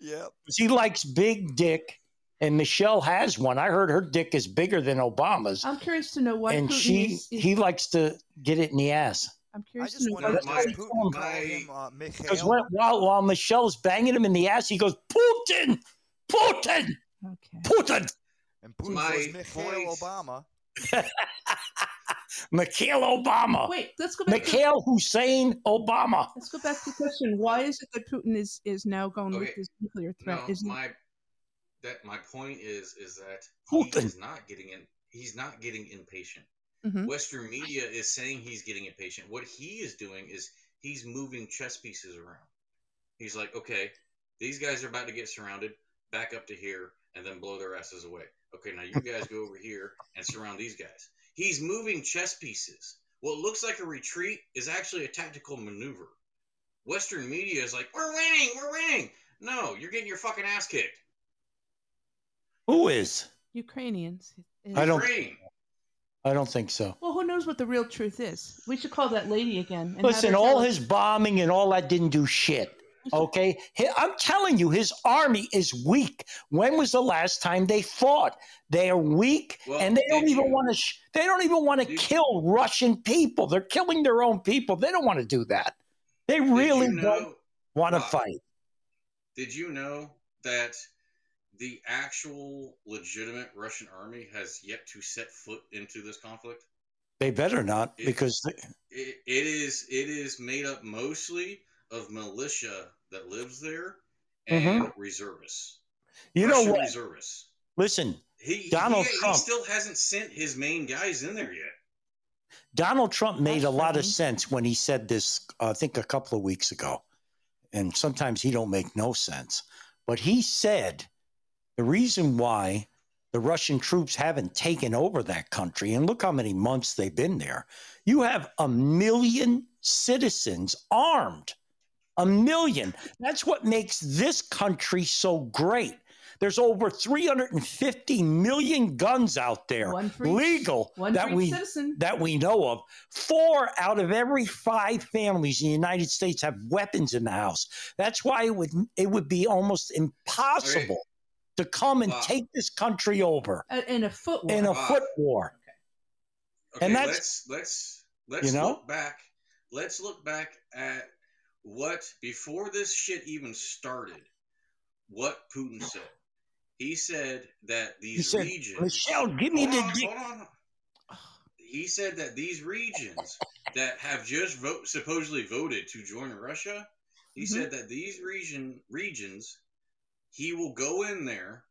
H: Yep.
C: 'Cause He likes big dick, and Michelle has one. I heard her dick is bigger than Obama's,
D: i'm curious to know Oh, why
C: and
D: Putin
C: she
D: is, is-
C: he likes to get it in the ass.
D: i'm
H: I
D: curious
H: just
D: to know
H: wonder
D: why
G: that's
H: why
G: my-
H: Putin called
G: my-
H: him uh,
C: Because
H: Mikhail.
C: when, while while Michelle's banging him in the ass, he goes Putin, Putin,
D: okay
C: Putin.
H: And Putin
G: my
H: was Mikhail
G: point-
H: Obama.
C: Mikhail Obama,
D: wait let's go back to,
C: Mikhail Hussein Obama.
D: let's go back to the question why is it that putin is is now going
G: Okay.
D: with this nuclear threat
G: No,
D: is he-
G: my that my point is is that
C: Putin.
G: he's not getting in. He's not getting impatient.
D: Mhm.
G: Western media is saying he's getting impatient. What he is doing is he's moving chess pieces around. He's like, okay, these guys are about to get surrounded. Back up to here and then blow their asses away. Okay, now you guys go over here and surround these guys. He's moving chess pieces. What looks like a retreat is actually a tactical maneuver. Western media is like, we're winning, we're winning. No, you're getting your fucking ass kicked.
C: Who is?
D: ukrainians is-
C: I don't-
G: Ukraine.
C: I don't think so.
D: well who knows what the real truth is we should call that lady again and have
C: Listen,
D: her
C: all
D: tell us-
C: his bombing and all that didn't do shit. Okay, He- I'm telling you, his army is weak. When was the last time they fought? They are weak,
G: Well,
C: and they don't
G: did
C: even
G: you-
C: want to. Sh- they don't even want to
G: did-
C: kill Russian people. They're killing their own people. They don't want to do that. They
G: Did you
C: really don't
G: know-
C: want to
G: Wow.
C: fight.
G: Did you know that the actual legitimate Russian army has yet to set foot into this conflict?
C: They better not
G: It-
C: because they,
G: It, it is it is made up mostly of militia that lives there and reservists.
C: Mm-hmm. you know
G: Russian
C: what?
G: Reservists.
C: Listen,
G: He,
C: Donald
G: he,
C: Trump.
G: he still hasn't sent his main guys in there yet.
C: Donald Trump made a
D: That's
C: lot of
D: funny.
C: sense when he said this, I think a couple of weeks ago. And sometimes he don't make no sense. But he said the reason why the Russian troops haven't taken over that country, and look how many months they've been there. You have a million citizens armed. A million. That's what makes this country so great. There's over 350 million guns out there,
D: One for each-
C: legal,
D: One
C: that
D: free
C: we
D: citizen.
C: that we know of, four out of every five families in the United States have weapons in the house. That's why it would it would be almost impossible to come and
G: Wow.
C: take this country over
D: A- uh, in a foot war.
C: in a
G: Wow.
C: foot war.
G: Okay,
C: And that's-
G: let's let's let's
C: you know?
G: look back. Let's look back at what before this shit even started. What Putin said. He said that these
C: He said,
G: regions.
C: Michelle, give me
G: hold
C: the
G: on,
C: dick.
G: hold on. He said that these regions that have just vote, supposedly voted to join Russia. He
C: Mm-hmm.
D: Mhm.
G: said that these region regions, he will go in there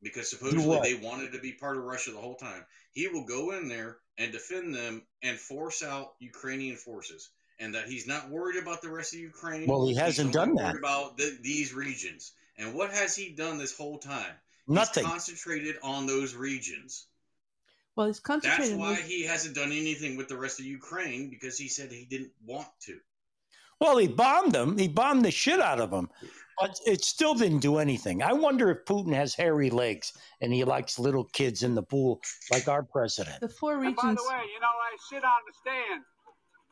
G: because supposedly
C: what?
G: they wanted to be part of Russia the whole time. He will go in there and defend them and force out Ukrainian forces, and that he's not worried about the rest of Ukraine.
C: Well, he
G: He's
C: hasn't
G: only
C: done
G: worried
C: that.
G: About th- these regions, and what has he done this whole time? He's
C: Nothing.
G: concentrated on those regions.
D: well, he's
G: That's
D: concentrated.
G: why he hasn't done anything with the rest of Ukraine because he said he didn't want to.
C: Well, he bombed them. He bombed the shit out of them, but it still didn't do anything. I wonder if Putin has hairy legs and he likes little kids in the pool like our president.
D: the four
E: And by
D: regions.
E: the way, you know, I sit on the stand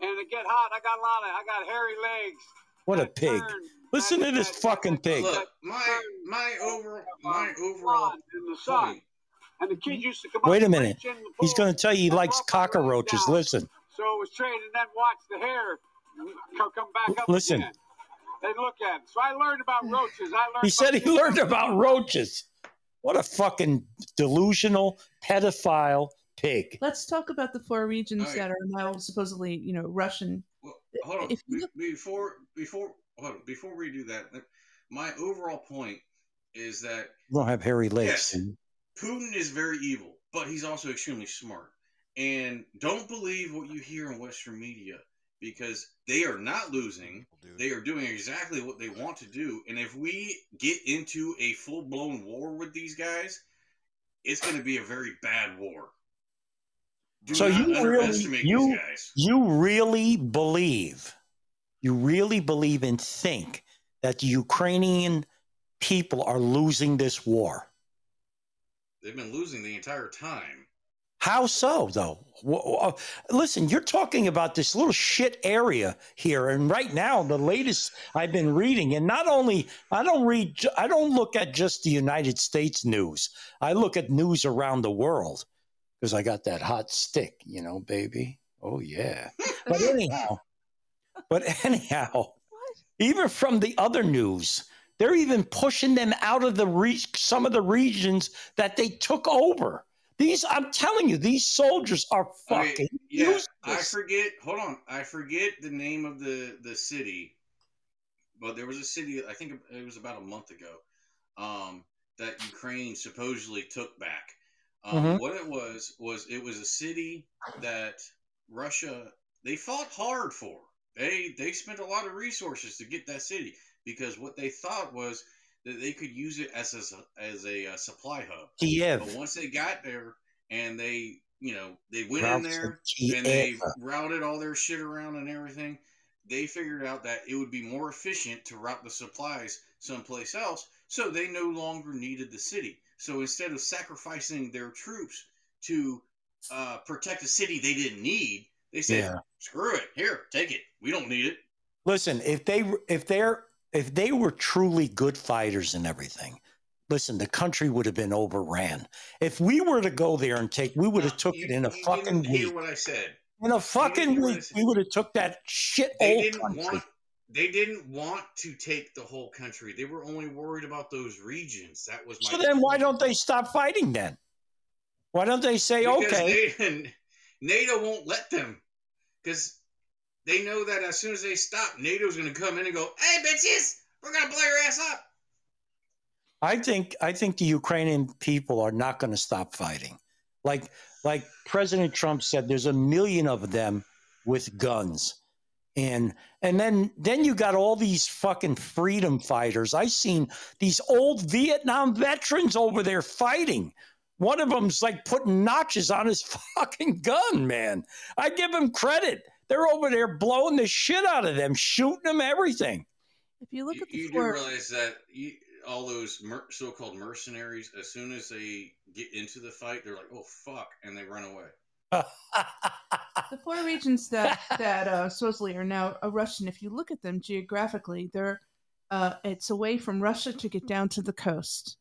E: and it get hot. I got a lot of, I got hairy legs.
C: What a
E: I
C: pig!
E: turn.
C: Listen
E: I-
C: to this
E: I-
C: fucking pig.
G: Look, my my over my overall
E: Blonde in the sun.
G: point
E: And the kid used to come
C: Wait
E: up
C: a minute.
E: reach in the
C: He's
E: pool.
C: going to tell you he
E: I
C: likes
E: brought my leg
C: cockroaches.
E: down.
C: Listen.
E: So it was trained and then watch the hair come, come back up.
C: Listen.
E: Again. They look at it. So I learned about roaches. I learned
C: He said he
E: about-
C: learned about roaches. What a fucking delusional pedophile pig.
D: Let's talk about the four regions
G: All right.
D: that are now supposedly, you know, Russian.
G: Well, hold on.
D: If you
G: Be-
D: look-
G: before before hold on. before we do that, my overall point is that
C: You don't have hairy legs.
G: Yes. Putin is very evil, but he's also extremely smart. And don't believe what you hear in Western media because they are not losing.
H: Dude.
G: They are doing exactly what they want to do. And if we get into a full blown war with these guys, it's going to be a very bad war. Do
C: So
G: not
C: you really-
G: underestimate
C: you-
G: these guys.
C: You really believe, you really believe and think that the Ukrainian people are losing this war.
G: They've been losing the entire time.
C: How so, though? Wha- uh, wha- Listen, you're talking about this little shit area here, and right now, the latest I've been reading, and not only I don't read, ju- I don't look at just the United States news. I look at news around the world because I got that hot stick, you know, baby. Oh yeah. But anyhow, but anyhow, even from the other news, they're even pushing them out of the re- some of the regions that they took over. These, I'm telling you, these soldiers are
G: Okay,
C: fucking
G: Yeah, I
C: useless.
G: forget. Hold on, I forget the name of the the city, but there was a city. I think it was about a month ago um, that Ukraine supposedly took back. Um,
C: Mhm.
G: What it was was it was a city that Russia they fought hard for. They they spent a lot of resources to get that city because what they thought was that they could use it as a as a uh, supply hub. But
C: Kiev,
G: once they got there and they you know they went in
C: Ralph
G: there
C: said Kiev.
G: and they routed all their shit around and everything. They figured out that it would be more efficient to route the supplies someplace else, so they no longer needed the city. So instead of sacrificing their troops to uh, protect a city they didn't need, they said,
C: Yeah.
G: "Screw it, here, take it. We don't need it."
C: Listen, if they if they're if they were truly good fighters and everything, listen, the country would have been overran. If we were to go there and take, we would have took
G: You-
C: it in a
G: you
C: fucking
G: didn't hear
C: week.
G: what I said.
C: In a fucking
G: hear what I
C: week,
G: said.
C: we would have took that shit
G: They
C: old
G: didn't
C: country.
G: want they didn't want to take the whole country. They were only worried about those regions. That was my
C: So then why don't they stop fighting then? Why don't they say,
G: Because
C: okay,
G: they- NATO won't let them because they know that as soon as they stop, NATO's going to come in and go, "Hey, bitches, we're going to blow your ass up."
C: I think I think the Ukrainian people are not going to stop fighting. Like like President Trump said, there's a million of them with guns. And and then then you got all these fucking freedom fighters. I seen these old Vietnam veterans over there fighting. One of them's like putting notches on his fucking gun, man. I give him credit. They're over there blowing the shit out of them, shooting them, everything.
D: If you look
G: You,
D: at the
G: you do
D: four,
G: realize that you, all those mer- so-called mercenaries, as soon as they get into the fight, they're like, "Oh fuck," and they run away.
D: the four regions that that uh, supposedly are now uh, Russian. If you look at them geographically, they're uh, it's away from Russia to get down to the coast,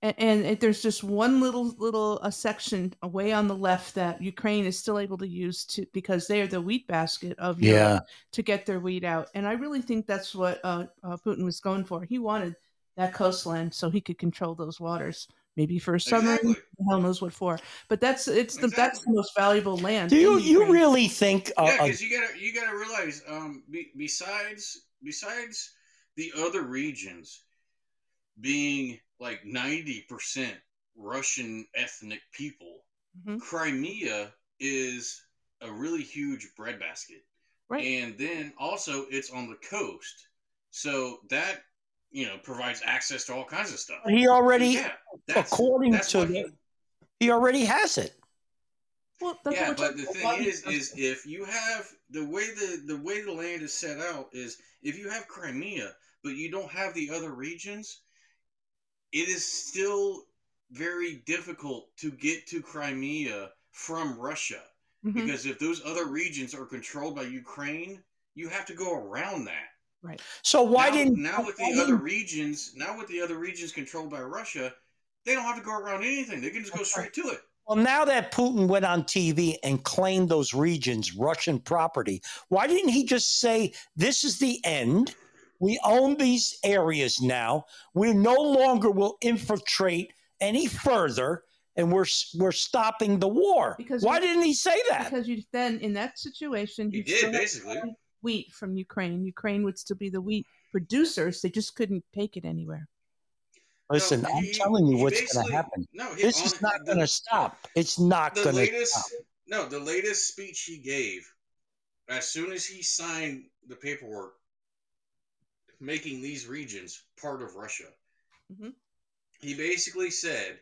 D: and, and it, there's just one little little uh, section away on the left that Ukraine is still able to use to because they are the wheat basket of Europe. to get their weed out. And I really think that's what uh, uh, Putin was going for. He wanted that coastline so he could control those waters, maybe for a submarine,
G: Exactly.
D: the hell knows what for. But that's it's the that's the
G: Exactly.
D: most valuable land.
C: Do you
D: in
C: you
D: Ukraine.
C: really think a,
G: yeah,
C: a
G: because you gotta you gotta realize, um, be, besides besides the other regions being like ninety percent Russian ethnic people,
C: Mm-hmm.
D: Mhm.
G: Crimea is a really huge breadbasket.
D: right?
G: and then also it's on the coast, so that you know provides access to all kinds of stuff.
C: He already,
G: yeah, that's,
C: according
G: that's
C: to
G: what
C: the, he already has it.
D: well, that's
G: yeah,
D: what
G: but the
D: we're
G: thing
D: talking
G: is,
D: about.
G: is if you have the way the the way the land is set out is if you have Crimea, but you don't have the other regions, it is still very difficult to get to Crimea from Russia
D: Mhm.
G: because if those other regions are controlled by Ukraine, you have to go around that.
C: So why
G: now,
C: didn't
G: now with
C: why
G: the
C: didn't-
G: other regions now with the other regions controlled by Russia, they don't have to go around anything. They can just go straight to it.
C: Well, now that Putin went on TV and claimed those regions Russian property, why didn't he just say, this is the end? We own these areas now. We no longer will infiltrate any further, and we're we're stopping the war.
D: Because-
C: why didn't he say that?
D: because you then in that situation
G: He
D: you'd
G: did,
D: still have
G: basically.
D: wheat from Ukraine. Ukraine would still be the wheat producers. They just couldn't take it anywhere.
C: Listen,
G: No,
C: I'm
G: he-
C: telling you
G: he
C: what's going
G: basically-
C: to happen.
G: No, he-
C: This
G: on-
C: is not
G: the-
C: going to stop. It's not
G: The
C: going to
G: latest
C: stop.
G: no, the latest speech he gave, as soon as he signed the paperwork making these regions part of Russia,
D: Mhm.
G: he basically said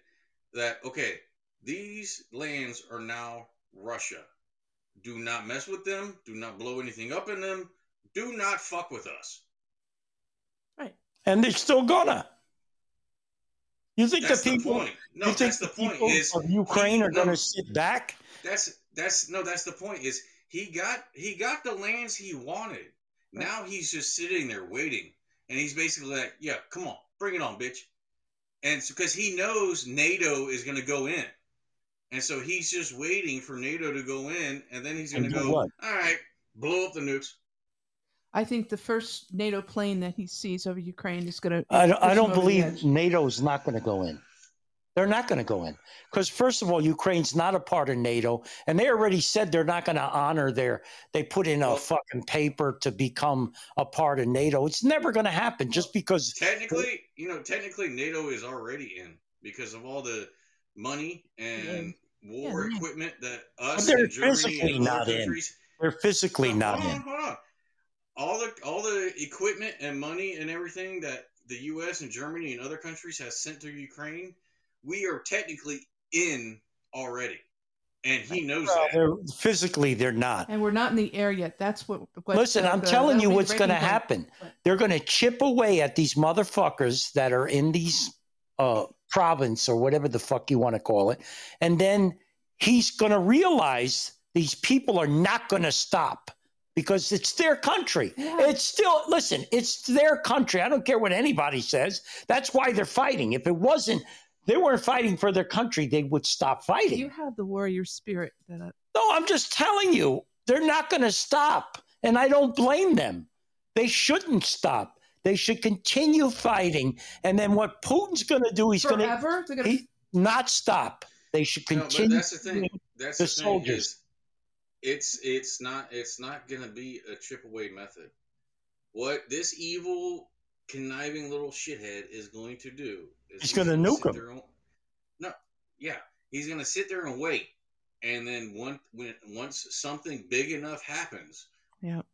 G: that okay, these lands are now Russia. Do not mess with them. Do not blow anything up in them. Do not fuck with us.
C: And they're still gonna. You think
G: That's
C: the
G: the,
C: people?
G: point. No,
C: you think
G: that's the point.
C: people
G: Is
C: of Ukraine are
G: no.
C: gonna sit back?
G: that's that's no, that's the point. Is he got he got the lands he wanted. Now he's just sitting there waiting, and he's basically like, "Yeah, come on, bring it on, bitch." And because he knows NATO is going to go in, and so he's just waiting for NATO to go in, and then he's going
C: And
G: to
C: do
G: go,
C: what?
G: "All right, blow up the nukes."
D: I think the first NATO plane that he sees over Ukraine is going to.
C: I don't, I don't believe NATO's not gonna go in. They're not gonna go in because first of all, Ukraine's not a part of NATO, and they already said they're not gonna honor their. They put in a
G: Well-
C: fucking paper to become a part of NATO. It's never gonna happen just because.
G: Technically, you know, technically NATO is already in because of all the money and war
D: Yeah.
G: equipment that us
C: they're
G: and Germany
C: physically
G: and other
C: not in.
G: countries.
C: They're physically not
G: hold
C: in.
G: on, hold on. All the all the equipment and money and everything that the U.S. and Germany and other countries has sent to Ukraine, we are technically in already, and he knows
C: Well,
G: that.
C: they're, physically, they're not.
D: And we're not in the air yet. That's what. what uh,
C: Listen, I'm
D: the-
C: telling
D: that'll
C: you
D: be the
C: what's going to
D: breaking point.
C: happen.
D: What?
C: They're going to chip away at these motherfuckers that are in these uh, province or whatever the fuck you want to call it, and then he's going to realize these people are not going to stop because it's their country.
D: Yeah.
C: It's still listen, it's their country. I don't care what anybody says. That's why they're fighting. If it wasn't, they weren't fighting for their country, they would stop fighting.
D: You have the warrior spirit that uh,
C: No, I'm just telling you, they're not going to stop. And I don't blame them. They shouldn't stop. They should continue fighting. And then what Putin's going to do, he's going to
D: Forever? They're gonna,
C: he- not stop. They should
G: No, but
C: continue.
G: that's the thing. That's the,
C: the
G: thing
C: soldiers.
G: is, it's it's not it's not going to be a chip away method. What this evil conniving little shithead is going to do is
C: He's gonna
G: gonna
C: nuke
G: sit
C: 'em.
G: there and- no, yeah, he's going to sit there and wait, and then one when once something big enough happens,
D: Yep.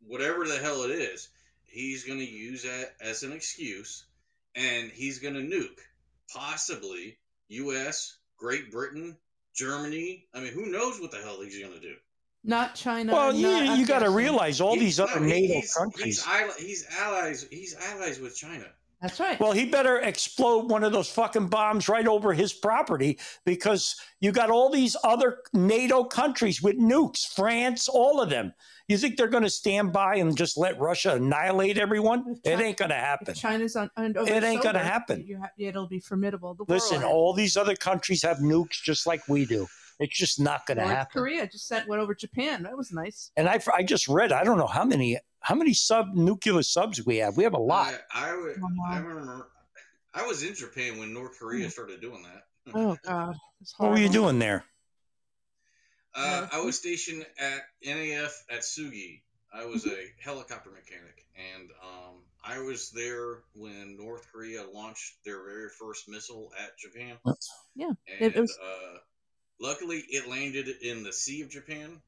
G: whatever the hell it is, he's going to use that as an excuse, and he's going to nuke possibly U.S., Great Britain, Germany. I mean, who knows what the hell he's going to do?
D: not China.
C: Well,
D: not
C: you, you got to
D: Afghanistan.
C: realize all
G: He-
C: these
G: no,
C: other
G: he-
C: NATO
G: he's-
C: countries.
G: He's, ally, he's allies. He's allies with China.
D: That's right.
C: Well, he better explode one of those fucking bombs right over his property because you got all these other NATO countries with nukes, France, all of them. You think they're going to stand by and just let Russia annihilate everyone? It ain't going to happen.
D: If China's on. And over
C: It ain't gonna
D: sober,
C: happen.
D: You ha- it'll be formidable. The
C: Listen,
D: world.
C: all these other countries have nukes just like we do. It's just not going to
D: North
C: happen.
D: Korea just sent one over Japan. That was nice.
C: And I, I just read, I don't know how many how many sub nuclear subs we have. We have a lot.
G: I, I, would-
D: Wow.
G: I remember. I was in Japan when North Korea started doing that.
D: Oh God. It's
C: What were you
D: horrible.
C: doing there?
D: Uh-huh.
G: Uh, I was stationed at NAF at Sugi. I was a
D: Mm-hmm.
G: helicopter mechanic, and um, I was there when North Korea launched their very first missile at Japan.
D: Yeah,
G: and
D: it was-
G: uh, luckily it landed in the Sea of Japan.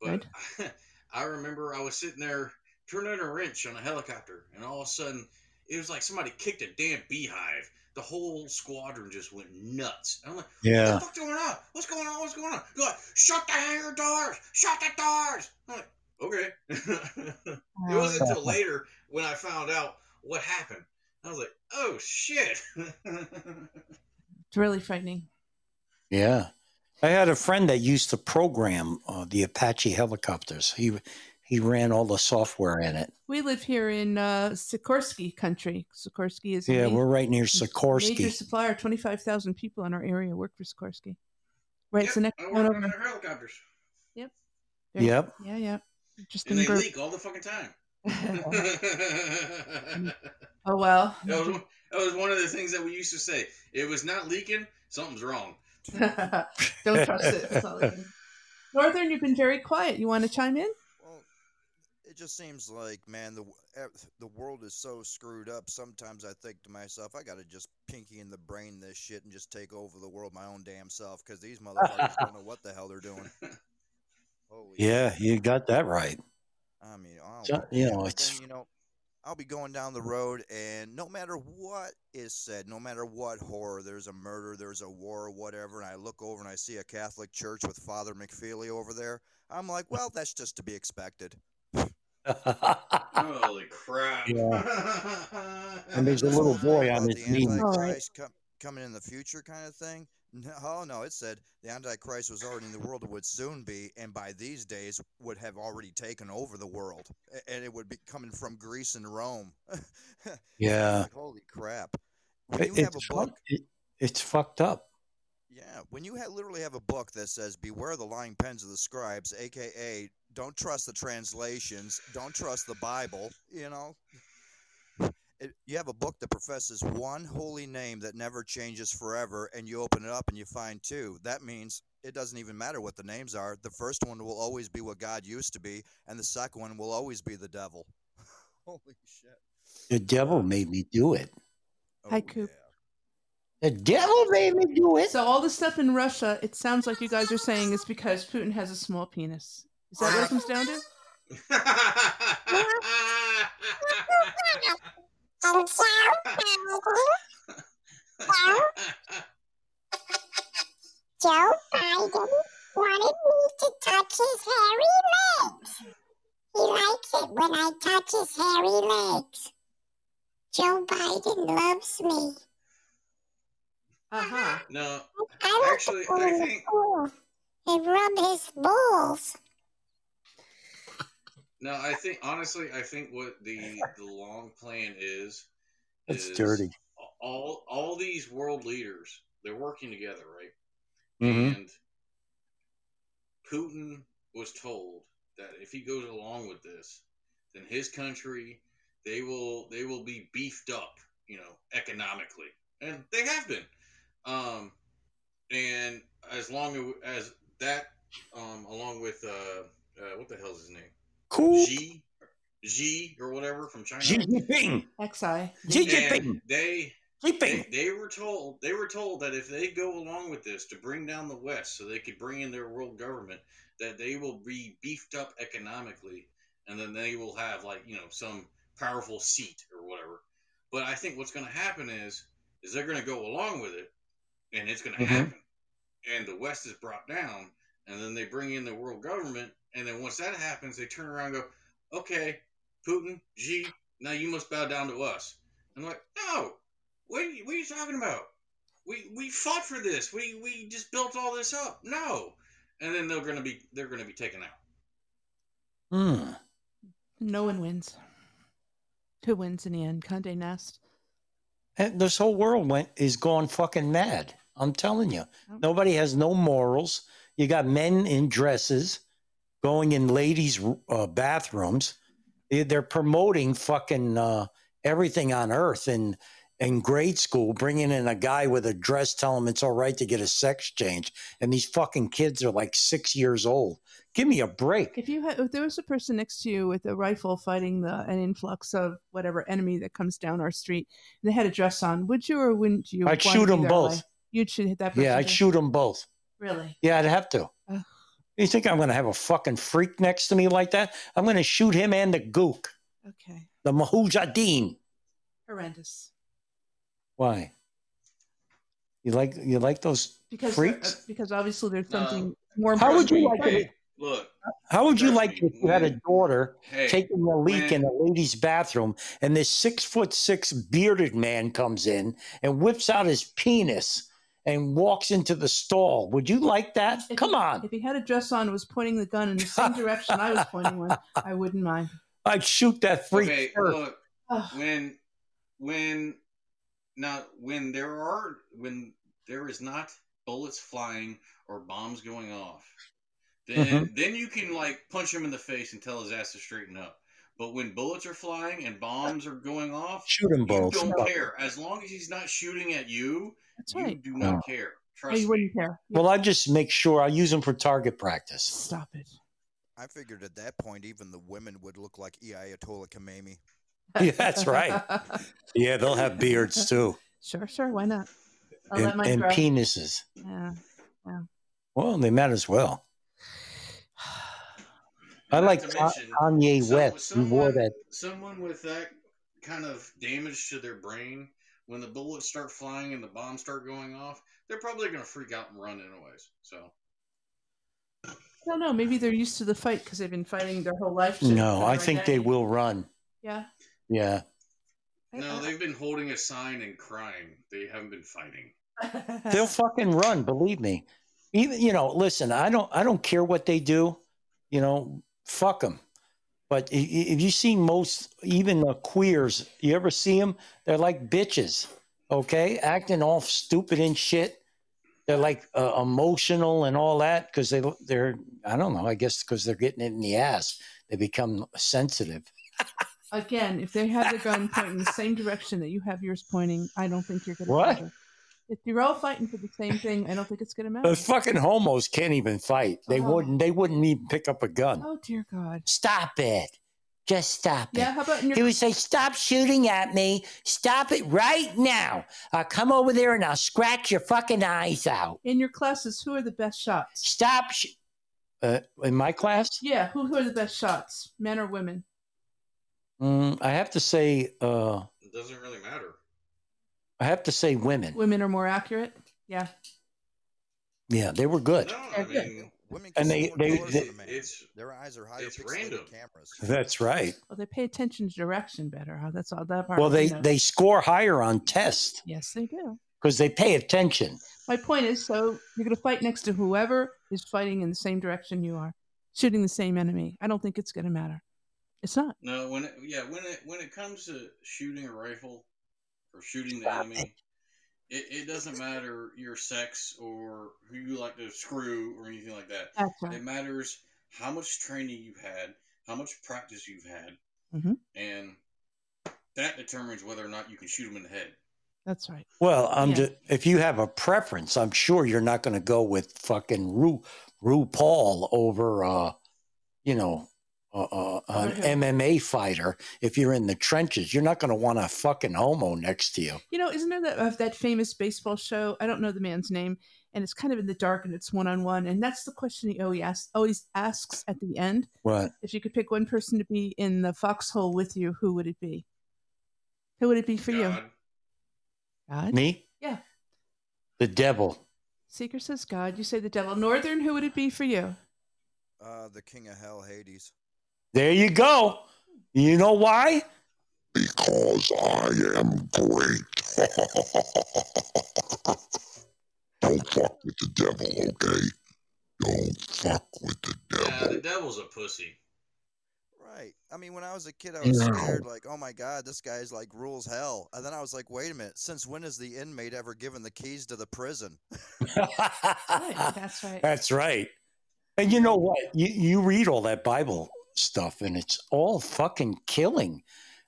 G: But
D: Good.
G: I remember I was sitting there turning a wrench on a helicopter, and all of a sudden it was like somebody kicked a damn beehive. The whole squadron just went nuts. I'm like.
C: Yeah.
G: What the fuck's going on? What's going on? What's going on? They're like, shut the hangar doors! Shut the doors! I'm like, okay. it
D: Wow.
G: wasn't until later when I found out what happened. I was like, oh shit.
D: It's really frightening.
C: Yeah. I had a friend that used to program uh, the Apache helicopters. He he ran all the software in it.
D: We live here in uh, Sikorsky country. Sikorsky is a
C: Yeah,
D: ma-
C: we're right near
D: major
C: Sikorsky.
D: supplier. Twenty five thousand people in our area work for Sikorsky. Right,
G: Yep,
D: so next
G: I
D: one
G: work on
D: over.
G: their helicopters.
D: Yep.
C: Yep.
D: Yeah, yeah. Just in
G: And they
D: group.
G: leak all the fucking time.
D: oh
G: that,
D: well.
G: was, one- that was one of the things that we used to say. If it's not leaking, something's wrong.
D: Don't trust it. That's all I can- Northern, you've been very quiet. You want to chime in?
H: Well, it just seems like, man, the w- ev- the world is so screwed up. Sometimes I think to myself, I gotta just pinky in the brain this shit and just take over the world my own damn self because these motherfuckers don't know what the hell they're doing. Holy
C: Yeah, you got that right.
H: I mean, I'll,
C: Ju- you know, it's-
H: you know, I'll be going down the road, and no matter what is said, no matter what horror, there's a murder, there's a war, whatever, and I look over and I see a Catholic church with Father McFeely over there. I'm like, well, that's just to be expected.
G: Holy crap.
C: And there's a little boy on
H: About
C: his
H: the
C: knee.
H: Antichrist com- coming in the future, kind of thing. No, oh, no, it said the Antichrist was already in the world, would soon be, and by these days would have already taken over the world, A- and it would be coming from Greece and Rome.
C: Yeah.
H: Like, holy crap! When
C: It-
H: you have
C: It's,
H: a book,
C: fuck- it- it's fucked up.
H: yeah, when you ha- literally have a book that says "Beware the lying pens of the scribes," aka "Don't trust the translations," "Don't trust the Bible," you know. It, you have a book that professes one holy name that never changes forever, and you open it up and you find two. That means it doesn't even matter what the names are. The first one will always be what God used to be, and the second one will always be the devil. holy shit! Oh,
C: The devil made me do it.
D: Hi, Coop.
C: The devil made me do it.
D: So all the stuff in Russia, it sounds like you guys are saying is because Putin has a small penis. Is that what it comes down to?
I: Joe Biden wanted me to touch his hairy legs. He likes it when I touch his hairy legs. Joe Biden loves me.
D: Uh
G: Uh-huh.
D: huh.
G: no,
I: I want
G: Actually,
I: to go
G: I
I: to
G: think-
I: school and rub his balls.
G: no. I think honestly, I think what the the long plan is.
C: It's
G: is
C: dirty.
G: All all these world leaders, they're working together, right?
C: Mhm.
G: And Putin was told that if he goes along with this, than his country. They will they will be beefed up, you know, economically, and they have been. Um, and as long as that, um, along with uh, uh, what the hell's his name,
C: Cool.
G: Xi, Xi or whatever from China.
C: Xi Jinping.
D: XI.
C: Xi Jinping.
G: And they they,
C: Jinping.
G: they were told they were told that if they go along with this to bring down the West so they could bring in their world government, that they will be beefed up economically, and then they will have like you know some powerful seat or whatever. But I think what's going to happen is is they're going to go along with it, and it's going to
C: Mhm.
G: happen, and the West is brought down, and then they bring in the world government, and then once that happens, they turn around and go, okay, Putin, Xi, now you must bow down to us. I'm like, no, what are you, what are you talking about? We we fought for this. We we just built all this up. No, and then they're gonna be they're gonna be taken out.
C: Hmm.
D: No one wins. Who wins in the end? Conde Nast.
C: And This whole world went is gone fucking mad. I'm telling you,
D: Yep.
C: nobody has no morals. You got men in dresses going in ladies' uh, bathrooms. They- They're promoting fucking uh, everything on earth. And in grade school, bringing in a guy with a dress, tell him it's all right to get a sex change. And these fucking kids are like six years old. Give me a break.
D: If you had, if there was a person next to you with a rifle fighting the an influx of whatever enemy that comes down our street, and they had a dress on, would you or wouldn't you?
C: I'd
D: want
C: shoot 'em
D: either
C: both.
D: way? You'd shoot that person.
C: Yeah, I'd
D: too?
C: shoot them both.
D: Really?
C: Yeah, I'd have to.
D: Ugh.
C: You think I'm going to have a fucking freak next to me like that? I'm going to shoot him and the gook,
D: Okay.
C: the Mahujadeen.
D: Horrendous.
C: Why? You like you like those?
D: Because
C: Freaks?
D: uh, because obviously there's
G: No.
D: something more.
C: How would
D: important.
C: you like
G: Hey, look,
C: How would you like
G: Certainly.
C: if you had a daughter
G: hey,
C: taking a leak
G: man.
C: in a lady's bathroom, and this six foot six bearded man comes in and whips out his penis and walks into the stall? Would you like that?
D: If
C: Come
D: he-
C: on,
D: If he had a dress on, and was pointing the gun in the same direction I was pointing one, I wouldn't mind.
C: I'd shoot that freak.
G: okay,
C: first.
G: look,
D: Ugh.
G: when when not when there are when there is not bullets flying or bombs going off then
C: Mm-hmm.
G: then you can like punch him in the face and tell his ass to straighten up but when bullets are flying and bombs are going off
C: Shoot him
G: you
C: both.
G: don't
C: Fuck.
G: care as long as he's not shooting at you
D: That's
G: you
D: right.
G: do
C: No.
G: not care
D: No,
G: trust
D: you
G: me
D: wouldn't care. You-
C: Well, I just make sure I use them for target practice.
D: Stop it.
H: I figured at that point, even the women would look like Ayatollah Khomeini.
C: Yeah, that's right. Yeah, they'll have beards too
D: sure, sure. Why not? I'll
C: and,
D: let mine
C: and
D: grow.
C: penises.
D: yeah.
C: Well, they might as well. I
G: Not
C: like
G: to
C: Ka-
G: mention-
C: Kanye
G: So-
C: West. He wore
G: someone-
C: that.
G: someone with that kind of damage to their brain, when the bullets start flying and the bombs start going off, they're probably going to freak out and run anyways. So
D: I don't know. Maybe they're used to the fight because they've been fighting their whole life. to-
C: No,
D: for
C: I
D: their
C: think they
D: identity.
C: will run.
D: Yeah.
C: Yeah.
D: I-
G: no,
D: I-
G: they've been holding a sign and crying. They haven't been fighting.
C: They'll fucking run, believe me. Even you know, listen, I don't I don't care what they do. You know, fuck them. But i- i- if you see most, even the queers, you ever see them? They're like bitches, okay, acting all stupid and shit. They're like uh, emotional and all that because they they're I don't know. I guess because they're getting it in the ass, they become sensitive.
D: Again, if they have their gun pointing the same direction that you have yours pointing, I don't think you're going to
C: What?
D: matter. If you're all fighting for the same thing, I don't think it's going to matter.
C: The fucking homos can't even fight. They
D: Oh.
C: wouldn't. They wouldn't even pick up a gun.
D: Oh dear God.
C: Stop it. Just stop
D: Yeah. How about in
C: it.
D: your
C: He would say, Stop shooting at me. Stop it right now. I'll come over there and I'll scratch your fucking eyes out.
D: in your classes? Who are the best shots?
C: Stop. Sh- uh, in my class,
D: Yeah. Who who are the best shots? Men or women?
C: mm, I have to say, uh,
G: It doesn't really matter.
C: I have to say women.
D: Women are more accurate. Yeah.
C: Yeah, they were good.
G: No, I
D: Okay.
G: mean
H: Women
C: And
H: can
C: they-
H: see more
C: they-
H: colors
C: they-
H: than a man.
G: it's
H: Their eyes are higher
G: it's
H: pixelated
G: random.
H: cameras.
C: That's right.
D: Well, they pay attention to direction better. Huh? That's all that part.
C: Well,
D: we
C: they,
D: know.
C: they score higher on tests
D: yes they do.
C: because they pay attention.
D: My point is, so you're going to fight next to whoever is fighting in the same direction you are, shooting the same enemy. I don't think it's going to matter. It's not.
G: no when it, yeah when it when it comes to shooting a rifle or shooting the enemy, it, it doesn't matter your sex or who you like to screw or anything like that.
D: That's right.
G: It matters how much training you've had, how much practice you've had,
D: Mhm.
G: and that determines whether or not you can shoot him in the head.
D: That's right.
C: Well, I'm
D: Yeah.
C: just, if you have a preference, I'm sure you're not going to go with fucking Ru RuPaul over, uh, you know, uh, uh, an
D: Okay.
C: MMA fighter. If you're in the trenches, you're not going to want a fucking homo next to you.
D: You know, isn't there that of that famous baseball show? I don't know the man's name, and it's kind of in the dark and it's one on one, and that's the question he always asks, always asks at the end.
C: What?
D: If you could pick one person to be in the foxhole with you, who would it be? Who would it be for you?
G: God,
D: God.
C: Me?
D: Yeah.
C: The devil.
D: Seeker says God. You say the devil. Northern. Who would it be for you?
H: Uh, the king of hell, Hades.
C: There you go. You know why?
J: because I am great. Don't fuck with the devil, okay? Don't fuck with the
G: yeah,
J: devil.
G: the devil's a pussy.
H: Right. I mean, when I was a kid, I was
J: No.
H: scared, like, oh my God, this guy's like rules hell. And then I was like, wait a minute, since when is the inmate ever given the keys to the prison?
C: Ah,
D: Right, that's right.
C: That's right. And you know what? You, you read all that Bible stuff, and it's all fucking killing.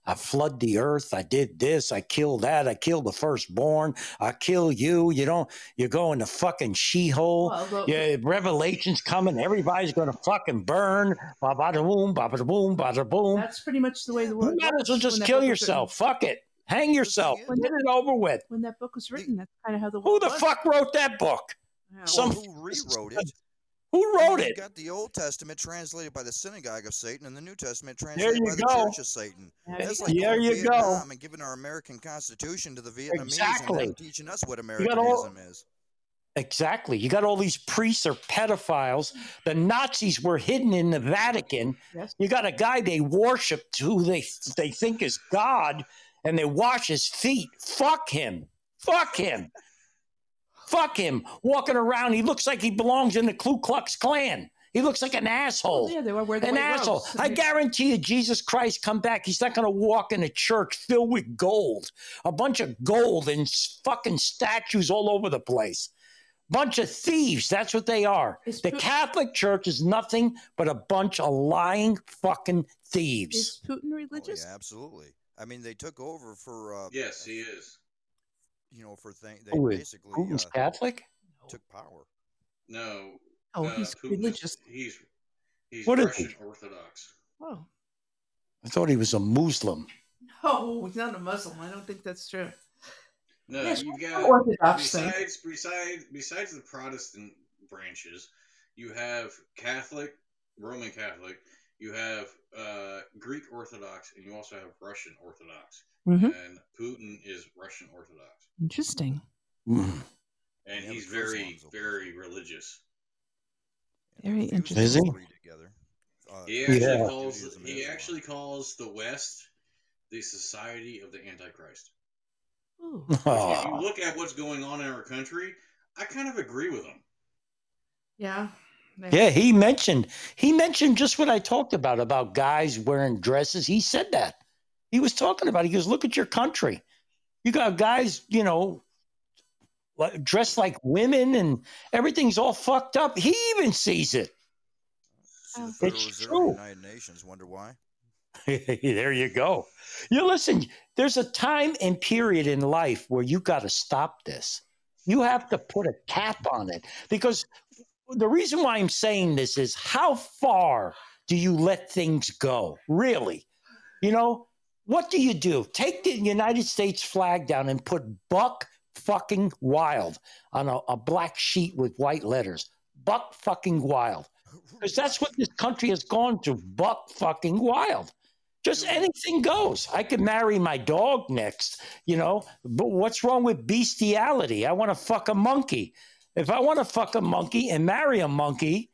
C: I flood the earth. I did this. I killed that. I killed the firstborn. I kill you. You don't. You go in the fucking she hole.
D: Well, the-
C: Yeah, Revelation's coming. Everybody's gonna fucking burn. Ba ba da boom. Ba ba da boom. Ba da boom.
D: That's pretty much the way the
C: You
D: world.
C: might as well
D: works when
C: just
D: that
C: kill
D: book was
C: yourself.
D: written.
C: Fuck it. Hang yourself.
H: is-
C: Get it over with.
D: When that book was written, that's kind of how the
C: Who
D: world
C: the
D: was.
C: fuck wrote that book?
D: Yeah.
H: Well,
C: Some-
H: who rewrote it?
C: Who
H: I mean,
D: Oh
C: wrote
H: you've
C: it?
H: Got the Old Testament translated by the synagogue of Satan, and the New Testament
C: There
H: translated
C: you
H: by the
C: go.
H: Church of Satan.
D: Yeah,
H: That's
D: you
H: like
C: There
H: going to
C: you go.
H: Vietnam and giving our American Constitution to the Vietnamese and
C: Exactly.
H: them teaching us what
C: got all-
H: Americanism is.
C: Exactly. You got all these priests are pedophiles. The Nazis were hidden in the Vatican.
D: Yes.
C: You got a guy they worshiped who they they think is God, and they wash his feet. Fuck him. Fuck him. Fuck him. Walking around, he looks like he belongs in the Ku Klux Klan. He looks like an asshole.
D: yeah, they were wearing the
C: An
D: white
C: asshole.
D: robes.
C: I guarantee you, Jesus Christ come back. He's not going to walk in a church filled with gold, a bunch of gold and s- fucking statues all over the place. Bunch of thieves. That's what they are.
D: Is
C: the
D: Pu-
C: Catholic Church is nothing but a bunch of lying fucking thieves.
D: Is Putin
H: Oh,
D: religious?
H: yeah, absolutely. I mean, they took over for uh,
G: Yes, he is.
H: you know, for thing. They
C: Who is
H: basically
C: Putin's
H: uh,
C: Catholic?
H: took power.
G: No.
D: Oh,
G: uh,
D: he's
G: Putin is-
D: religious.
G: He's he's
C: What is
G: Russian
C: he?
G: Orthodox.
D: Oh.
C: I thought he was a Muslim.
D: No, he's not a Muslim. I don't think that's true.
G: No,
D: Yes,
G: you've
D: what's the
G: got
D: Orthodox thing?
G: besides besides besides the Protestant branches, you have Catholic, Roman Catholic, you have uh, Greek Orthodox, and you also have Russian Orthodox.
D: Mhm.
G: And Putin is Russian Orthodox,
D: Interesting.
C: Mm.
G: and
H: Yeah,
G: he's
H: but Jerusalem's
G: very
H: open.
G: very religious.
H: You know,
D: Very
H: if you
D: interesting.
H: put
C: Is
H: those
C: he?
H: three Together, uh,
G: He actually
C: Yeah.
G: calls
H: Judaism and
G: he
H: Islam.
G: actually calls the West the Society of the Antichrist.
D: Ooh.
G: If you
C: Aw.
G: look at what's going on in our country, I kind of agree with him.
D: Yeah. They-
C: Yeah, he mentioned he mentioned just what I talked about about guys wearing dresses. He said that. He was talking about. It. He goes, "Look at your country. You got guys, you know, li- dressed like women, and everything's all fucked up." He even sees it.
H: See, the
D: It's
H: Federal Reserve of
C: true.
H: the United Nations wonder why.
C: there you go. You listen, there's a time and period in life where you got to stop this. You have to put a cap on it because the reason why I'm saying this is how far do you let things go? Really? You know, what do you do? Take the United States flag down and put buck fucking wild on a, a black sheet with white letters. Buck fucking wild. Because that's what this country has gone to buck fucking wild. Just anything goes. I could marry my dog next, you know, but what's wrong with bestiality? I want to fuck a monkey. If I want to fuck a monkey and marry a monkey,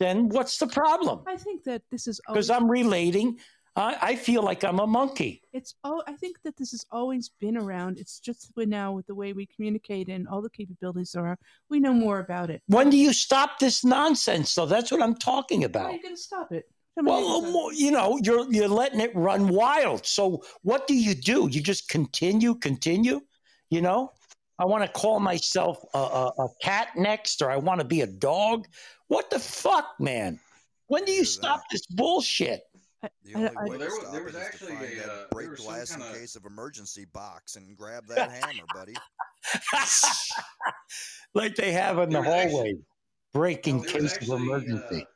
C: then what's the problem?
D: I think that this is always.
C: Because
G: Oh.
C: I'm relating. I, I feel like I'm a monkey.
D: it's all. I think that this has always been around. It's just we're now with the way we communicate and all the capabilities are, we know more about it.
C: When do you stop this nonsense? So that's what I'm talking
D: How
C: about.
D: are you going to stop it? Tell me how
C: Well,
D: you're gonna stop
C: mo- you know, you're you're letting it run wild. So what do you do? You just continue, continue. You know, I want to call myself a, a, a cat next, or I want to be a dog. What the fuck, man? When do you
H: Hear
C: stop
H: that.
C: this bullshit?
D: I,
H: The
D: I-
H: only
D: I-
H: way
G: Well, there
H: to
G: was-
H: stop
G: there
H: it
G: was
H: is
G: actually
H: to find
G: a,
H: that
G: uh, there
H: break
G: was some
H: glass in
G: kinda-
H: case of emergency box and grab that hammer, buddy.
C: like they have in the
G: There was actually-
C: hallway, break in
G: There was
C: case of
G: actually,
C: emergency.
G: uh,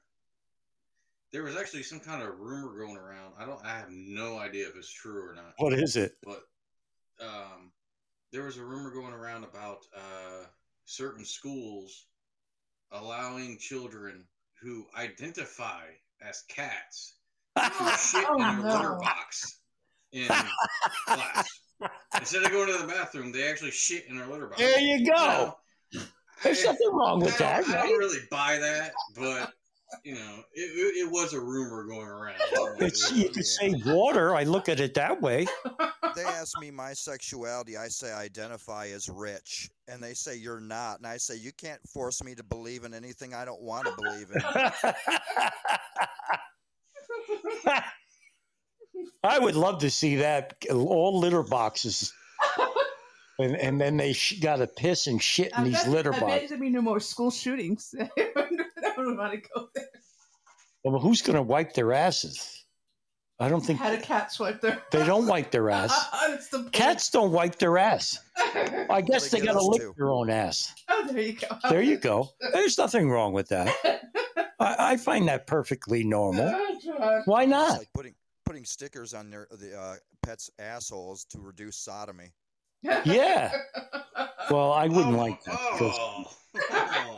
G: there was actually some kind of rumor going around. I don't. I have no idea if it's true or not.
C: what is it?
G: But um, there was a rumor going around about uh, certain schools allowing children who identify as cats to shit in their
D: no.
G: litter box in class. Instead of going to the bathroom, they actually shit in their litter box.
C: there you go.
G: Now,
C: There's
G: I-
C: nothing wrong with that,
G: I don't, I
C: right?
G: don't really buy that, but you know, it, it, it was a rumor going around.
C: It's, you
H: Yeah.
C: could say water. I look at it that way.
H: They ask me my sexuality. I say I identify as rich, and they say you're not. And I say you can't force me to believe in anything I don't want to believe in.
C: I would love to see that all litter boxes, and and then they sh- got to piss and shit in
D: I
C: these
D: bet-
C: litter
D: I
C: boxes.
D: bet there'd be no more school shootings. I don't want to go there.
C: Well, who's going to wipe their asses? I don't think
D: Had a cat swipe their.
C: they don't wipe their ass.
D: That's the point.
C: Cats don't wipe their ass. I guess
H: they
C: they
H: get
C: got to
H: us
C: lick
H: too.
C: their own ass.
D: Oh, there you go.
C: There you go. There's nothing wrong with that. I, I find that perfectly normal.
D: Oh, God.
C: Why
H: It's
C: not?
H: like putting putting stickers on their the uh, pets' assholes to reduce sodomy.
C: Yeah. Well, I wouldn't
G: Oh,
C: like that. 'cause
G: Oh, oh.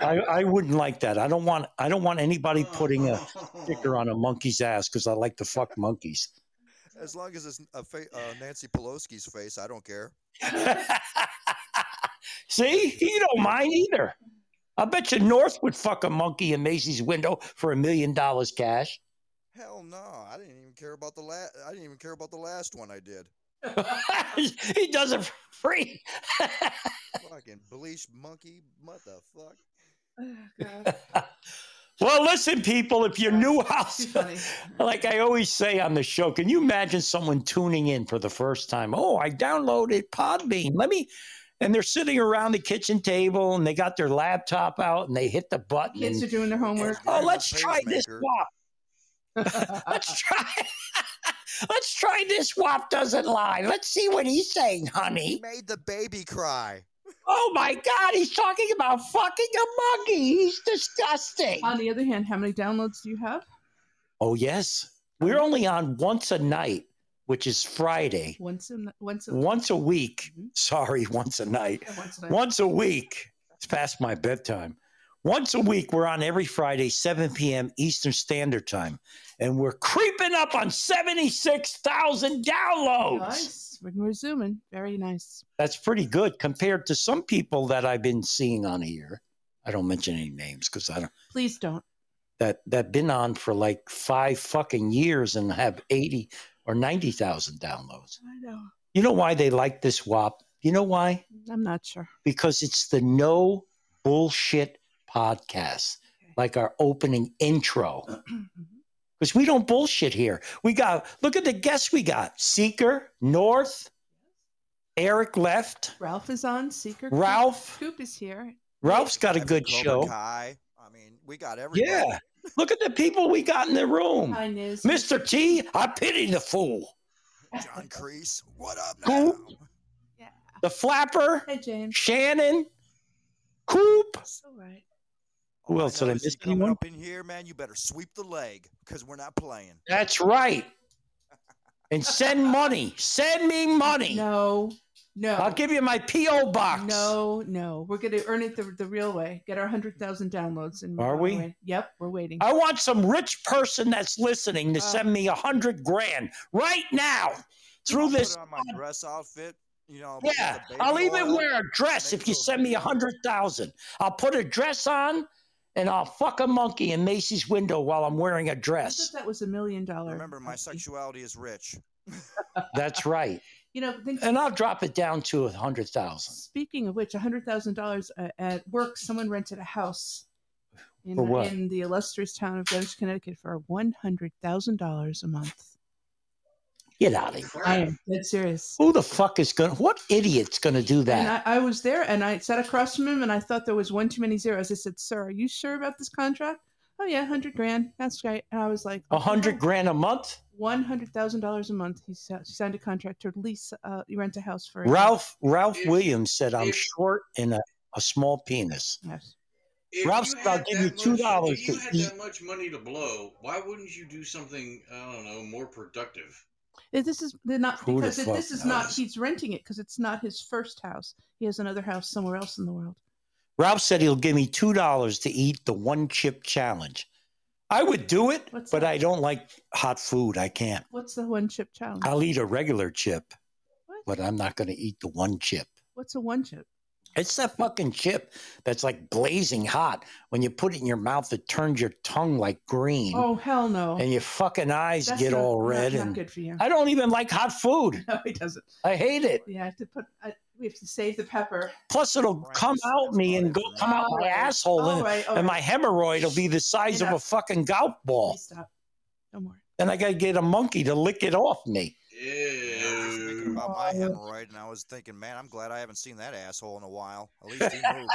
C: I, I wouldn't like that. I don't want I don't want anybody putting a sticker on a monkey's ass because I like to fuck monkeys.
H: As long as it's a fa- uh, Nancy Pelosi's face, I don't care.
C: See, you don't mind either. I bet you North would fuck a monkey in Macy's window for a million dollars cash.
H: Hell no, I didn't even care about the last. I didn't even care about the last one I did.
C: he does it for free.
H: Fucking bleach monkey, motherfucker.
D: Oh, God.
C: Well, listen, people, if you're new
D: Too
C: house,
D: funny.
C: like I always say on the show, can you imagine someone tuning in for the first time? Oh, I downloaded Podbean. Let me, and they're sitting around the kitchen table and they got their laptop out and they hit the button.
D: Kids are
C: and,
D: doing their homework.
C: oh, let's try this
H: Pacemaker.
C: WAP. Let's try. let's try this WAP doesn't lie. Let's see what he's saying,
H: He
C: honey.
H: made the baby cry.
C: Oh my God, he's talking about fucking a monkey. He's disgusting.
D: On the other hand, how many downloads do you have?
C: Oh yes, we're only on once a night, which is Friday.
D: Once a once a
C: once a week.
D: Mhm.
C: Sorry, once a night.
D: yeah, once a night.
C: Once a week. It's past my bedtime. Once a week, we're on every Friday, 7 p.m. Eastern Standard Time, and we're creeping up on 76,000 downloads.
D: Nice. We're we're zooming. Very nice.
C: That's pretty good compared to some people that I've been seeing on here. I don't mention any names because I don't
D: Please don't.
C: that that been on for like five fucking years and have 80 or 90,000 downloads.
D: I know.
C: You know why they like this WAP? You know why?
D: I'm not sure.
C: because it's the no bullshit podcast,
D: Okay.
C: like our opening intro. Because we don't bullshit here. We got, look at the guests we got Seeker, North, Eric left,
D: Ralph is on. Seeker. Coop-
C: Ralph.
D: Coop is here.
C: Ralph's got a
H: Evan
C: good
H: Cobra
C: show.
H: Kai. I mean, we got everybody.
C: Yeah. Look at the people we got in the room.
D: Hi, Niz.
C: Mr. T, I pity the fool.
H: John Creese. What up now?
C: Who? The Flapper,
D: Hey, James.
C: Shannon, Coop.
D: It's all right.
C: Who else
H: I
C: did I
H: notice you
C: miss?
H: coming
C: Anyone?
H: up in here, man, you better sweep the leg because we're not playing.
C: That's right. And send money. Send me money.
D: No. No.
C: I'll give you my P.O. box.
D: No, no. We're going to earn it the, the real way. Get our 100,000 downloads. and we're
C: Are
D: on our
C: we? Oh,
D: way. Yep, we're waiting.
C: I want some rich person that's listening
D: Uh.
C: to send me a hundred grand right now
H: I'll
C: through
H: put
C: this.
H: on my dress outfit. You know. put
C: Yeah,
H: the baby
C: I'll even
H: oil.
C: wear a dress
H: Make
C: if you
H: sure-
C: send me a hundred thousand. I'll put a dress on and I'll fuck a monkey in Macy's window while I'm wearing a
D: I
C: dress.
D: thought that was a million dollar.
H: Remember, my
D: company.
H: sexuality is rich.
C: That's right.
D: You know, think,
C: And I'll drop it down to a hundred thousand.
D: speaking of which, $100,000 uh, at work, someone rented a house in,
C: For what?
D: in the illustrious town of Greenwich, Connecticut for $100,000 a month.
C: Get out of here.
D: I
G: Crap.
D: am dead serious.
C: Who the fuck is gonna? What idiot's gonna do
D: And
C: that?
D: I, I was there and I sat across from him and I thought there was one too many zeros. I said, Sir, are you sure about this contract? oh yeah, hundred grand, that's great. And I was like,
C: A hundred grand a month?
D: one hundred thousand dollars a month. He sa- she signed a contract to lease, uh, rent a house for a year.
C: Ralph Ralph
G: If-
C: Williams said, "I'm
G: if-
C: short and a, a small penis."
D: Yes.
G: If
C: Ralph
G: you
C: said, "I'll
G: had
C: give
G: that
C: you
G: much-
C: $2
G: If you
C: to
G: had that much money to blow, why wouldn't you do something? I don't know, more productive.
D: If This is they're not
C: Who the
D: because if
C: fuck
D: this is not.
G: knows?
D: He's renting it because it's not his first house. He has another house somewhere else in the world.
C: Ralph said he'll give me two dollars to eat the one chip challenge. I would do it,
D: What's
C: but
D: that?
C: I don't like hot food. I can't.
D: What's the one chip challenge?
C: I'll eat a regular chip,
D: What?
C: but I'm not going to eat the one chip.
D: What's a one chip?
C: It's that fucking chip that's like blazing hot. When you put it in your mouth, it turns your tongue like green,
D: Oh hell no!
C: Mm. and your fucking eyes
D: That's
C: get
D: not-
C: all
D: not-
C: red.
D: Not,
C: and
D: good for you.
C: I don't even like hot food.
D: No, he doesn't.
C: I hate it.
D: Yeah, I have to put. I, we have to save the pepper.
C: Plus, it'll
H: Right,
C: come
H: that's-
C: out
H: that's
C: me
H: not
C: and
H: it
C: go
H: for me.
C: come out my
D: Alright,
C: asshole,
D: All
C: and,
D: Oh, right, all
C: and my
D: right.
C: hemorrhoid will be the size of a
D: Enough.
C: fucking golf ball.
D: Please stop. No more.
C: Then I got to get a monkey to lick it off me.
H: Yeah, I was just thinking
G: Ew.
H: about my
D: Oh.
H: hemorrhoid, and I was thinking, man, I'm glad I haven't seen that asshole in a while. At least he moved.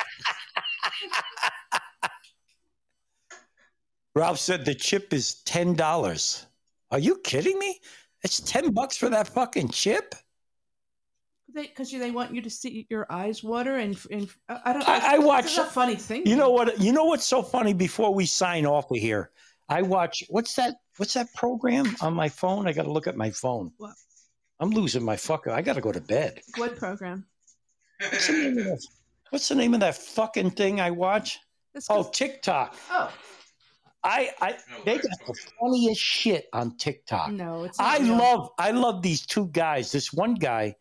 C: Ralph said the chip is ten dollars. Are you kidding me? It's ten bucks for that fucking chip.
D: Because they, want you to see your eyes water and and I I don't.
C: I- I
D: it's
C: watch-
D: a funny thing.
C: You know what? You know what's so funny? Before we sign off of here, I watch what's that? What's that program on my phone? I got to look at my phone.
D: What?
C: I'm losing my fucker. I got to go to bed.
D: What program?
C: What's the name of that- What's the name of that fucking thing I watch?
D: That's
C: Oh,
D: 'cause-
C: TikTok.
D: oh
C: I, I they got the funniest shit on TikTok.
D: no, it's. Not
C: I
D: real.
C: love I love these two guys. This one guy,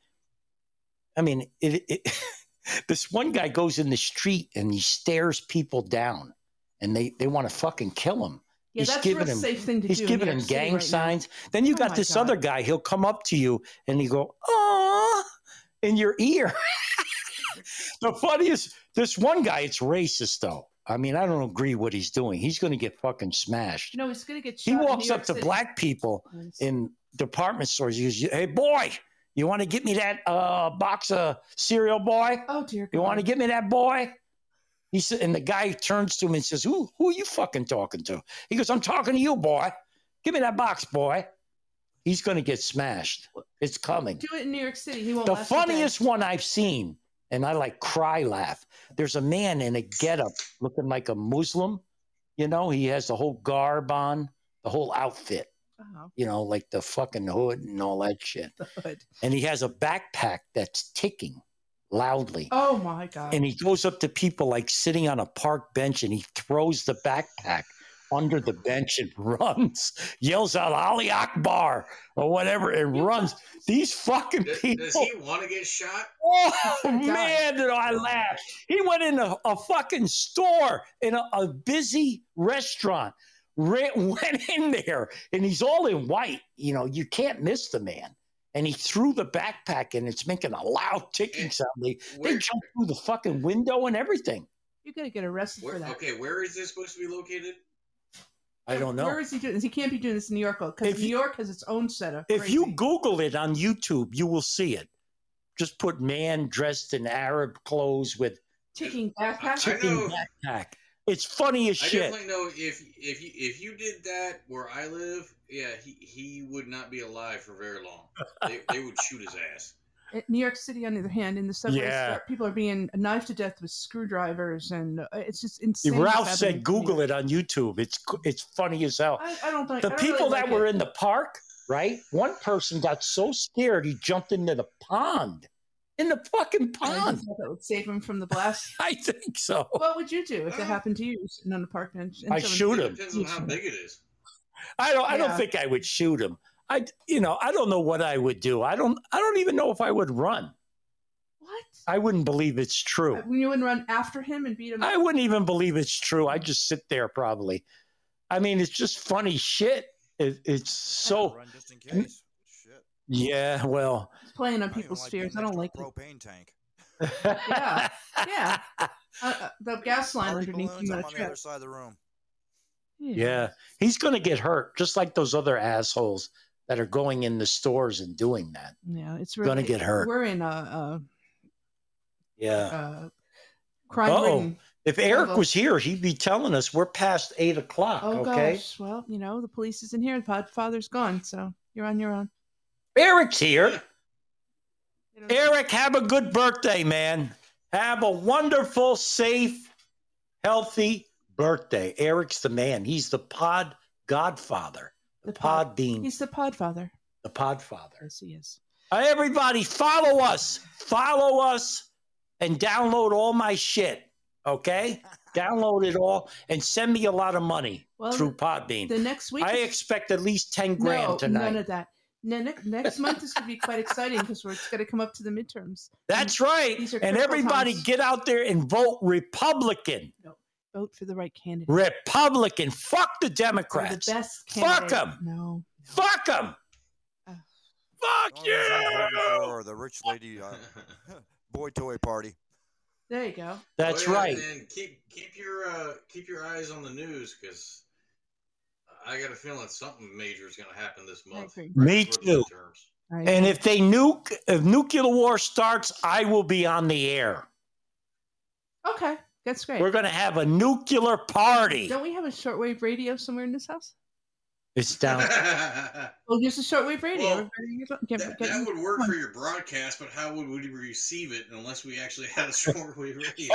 C: I mean, it, it this one guy goes in the street and he stares people down, and they they want to fucking kill him.
D: Yeah,
C: he's
D: that's
C: giving
D: real
C: him-
D: safe thing to
C: He's
D: do. in
C: giving
D: New
C: him
D: York City
C: gang
D: right now.
C: signs. Then you
D: Oh
C: got
D: my
C: this
D: God.
C: other guy. He'll come up to you and he go, "Ah," in your ear. the funniest, this one guy. It's racist though. I mean, I don't agree what he's doing. He's going to get fucking smashed.
D: No, he's gonna get shot.
C: he
D: in
C: walks
D: New
C: up
D: York
C: to
D: City.
C: black people in department stores. He goes, "Hey boy, you want to get me that uh, box of cereal, boy?
D: Oh dear.
C: You
D: God.
C: want to get me that boy?" He said, and the guy turns to him and says, "Who who are you fucking talking to?" He goes, "I'm talking to you, boy. Give me that box, boy." He's going to get smashed. It's coming.
D: do it in New York City? He won't.
C: The
D: last a day.
C: funniest one I've seen, and I like cry laugh. There's a man in a getup looking like a Muslim. You know, he has the whole garb on, the whole outfit
D: Oh,
C: you know, like the fucking hood and all that shit.
D: good.
C: And he has a backpack that's ticking loudly.
D: Oh my God.
C: And he goes up to people like sitting on a park bench and he throws the backpack under the bench and runs, yells out Ali Akbar or whatever and runs. These fucking
G: Does,
C: people.
G: does he want to get shot?
C: Oh
D: God.
C: man, did I laugh. He went in a, a fucking store in a, a busy restaurant, ran, went in there, and he's all in white. You know, you can't miss the man. And he threw the backpack, and it's making a loud ticking
G: And
C: sound. They, they
G: Where,
C: jumped through the fucking window and everything.
D: You're gonna get arrested
G: where,
D: for that.
G: okay, where is this supposed to be located?
C: I don't know.
D: Where is he doing this? He can't be doing this in New York because
C: If
D: New
C: you-
D: York has its own set of.
C: If
D: crazy-
C: you Google it on YouTube, you will see it. Just put man dressed in Arab clothes with
D: ticking backpack,
G: I
C: ticking
G: know-
C: backpack. It's funny as
G: I
C: shit.
G: definitely know if if you, if you did that where I live, yeah, he, he would not be alive for very long. They, they would shoot his ass.
D: In Uh, New York City, on the other hand, in the subways,
C: Yeah.
D: there- people are being knifed to death with screwdrivers, and uh, it's just insane.
C: Ralph said, "Google it on YouTube. It's it's funny as hell."
D: I, I don't think
C: The people that were in the park, right? One person got so scared he jumped into the pond, in the fucking pond.
D: that would save him from the blast.
C: I think so.
D: what would you do if that happened to you You're sitting on the park bench? and
C: I
D: someone-
C: shoot
G: It
C: him.
G: depends on how big it is.
C: I don't. I don't
D: Yeah.
C: think I would shoot him. I, you know, I don't know what I would do. I don't. I don't even know if I would run.
D: What?
C: I wouldn't believe it's true.
D: When you wouldn't Uh, run after him and beat him.
C: I
D: up?
C: wouldn't even believe it's true. I just sit there probably. I mean, it's just funny shit. It, it's so.
H: Run just in case. Shit.
C: Yeah. Well.
D: He's playing on
H: I don't even
D: people's
H: like being
D: fears. I
H: next
D: don't
H: to a
D: like. it.
H: propane tank.
C: yeah.
D: Yeah. Uh, uh, the gas line
H: Party
D: underneath
H: balloons,
D: you on
H: I'm
D: a
H: on the
D: trip.
H: other side of the room.
C: Yeah. He's going to get hurt just like those other assholes that are going in the stores and doing that.
D: Yeah, it's really
C: Gonna get hurt.
D: We're in a,
C: Yeah.
D: a, a crime
C: Uh-oh.
D: ridden
C: If Eric was here, he'd be telling us we're past eight o'clock.
D: Oh
C: okay.
D: gosh. Well, you know, the police isn't here. The podfather's gone, so you're on your own.
C: Eric's here. Eric, have a good birthday, man. Have a wonderful, safe, healthy birthday. Eric's the man. He's the pod godfather, the, pod, being
D: He's the podfather.
C: the pod father.
D: Yes, he is.
C: Uh, Everybody, follow us, follow us, and download all my shit. Okay, download it all and send me a lot of money
D: Well,
C: through Podbean.
D: The next week
C: I
D: is-
C: expect at least ten grand
D: no,
C: tonight.
D: None of that. Ne- ne- next month is going to be quite exciting because we're going to come up to the midterms.
C: That's right.
D: These are
C: And
D: critical
C: everybody,
D: times.
C: get out there and vote Republican.
D: Vote for the right candidate. Or
C: Republican. Fuck the
D: the
C: Democrats.
D: best
C: Fuck
D: candidate.
C: 'em.
D: No.
C: Fuck them.
D: Ugh. Oh,
C: Fuck
H: As long as I'm voting
C: you.
H: for the rich lady uh, boy toy party.
D: There you go.
C: That's
G: Oh, yeah,
C: right.
G: And keep keep your uh, keep your eyes on the news because I got a feeling something major is going to happen this month.
D: agree.
C: Me
G: before the
C: too.
G: midterms.
D: I
C: And if they nuke, if nuclear war starts, I will be on the air.
D: okay, that's great.
C: We're going to have a nuclear party.
D: Don't we have a shortwave radio somewhere in this house?
C: It's down.
D: We'll use a shortwave radio.
G: Well,
D: Everybody get-
G: that,
D: get-
G: that would work for your broadcast, but how would we receive it unless we actually had a shortwave radio?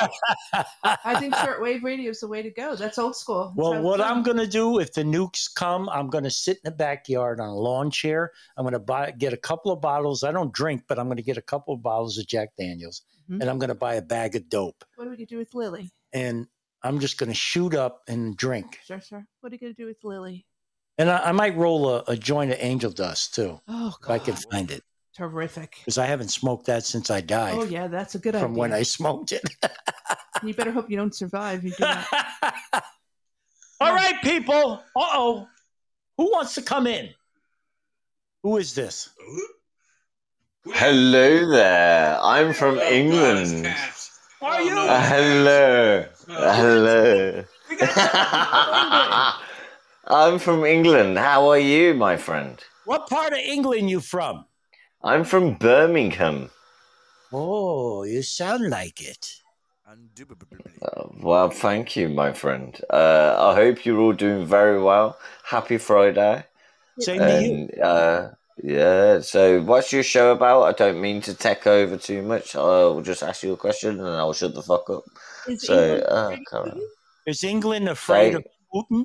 D: I think shortwave radio is the way to go. That's old school. That's how
C: Well,
D: it's
C: what
D: done.
C: I'm going to do if the nukes come, I'm going to sit in the backyard on a lawn chair. I'm going to buy get a couple of bottles. I don't drink, but I'm going to get a couple of bottles of Jack Daniels,
D: Mhm.
C: and I'm going to buy a bag of dope,
D: What are we going to do with Lily?
C: and I'm just going to shoot up and drink.
D: Sure, sure. What are you going to do with Lily?
C: And I, I might roll a, a joint of Angel Dust too,
D: Oh,
C: if I
D: God.
C: can find it,
D: Terrific.
C: because I haven't smoked that since I died.
D: Oh, yeah, that's a good
C: From
D: idea.
C: when I smoked it.
D: You better hope you don't survive. You do that.
C: All right, people. Uh oh. Who wants to come in? Who is this?
G: Who- who-
B: Hello there. I'm from
G: Oh, God, it's
B: England.
G: Caps.
C: Are
G: Oh,
C: you?
G: no,
B: Uh,
G: it's
B: hello.
G: Caps.
B: Uh, hello.
C: We got-
B: I'm from England. How are you, my friend?
C: what part of England you from?
B: I'm from Birmingham.
C: Oh, you sound like it.
H: Undoubtedly.
B: Uh, well, thank you, my friend. Uh, I hope you're all doing very well. Happy Friday.
C: Same to you.
B: And uh, yeah, so what's your show about? I don't mean to take over too much. I'll just ask you a question and I'll shut the fuck up.
D: Is
B: So,
D: England
B: uh,
D: afraid of
B: come on.
D: Putin?
C: Is England afraid
B: They-
C: of Putin?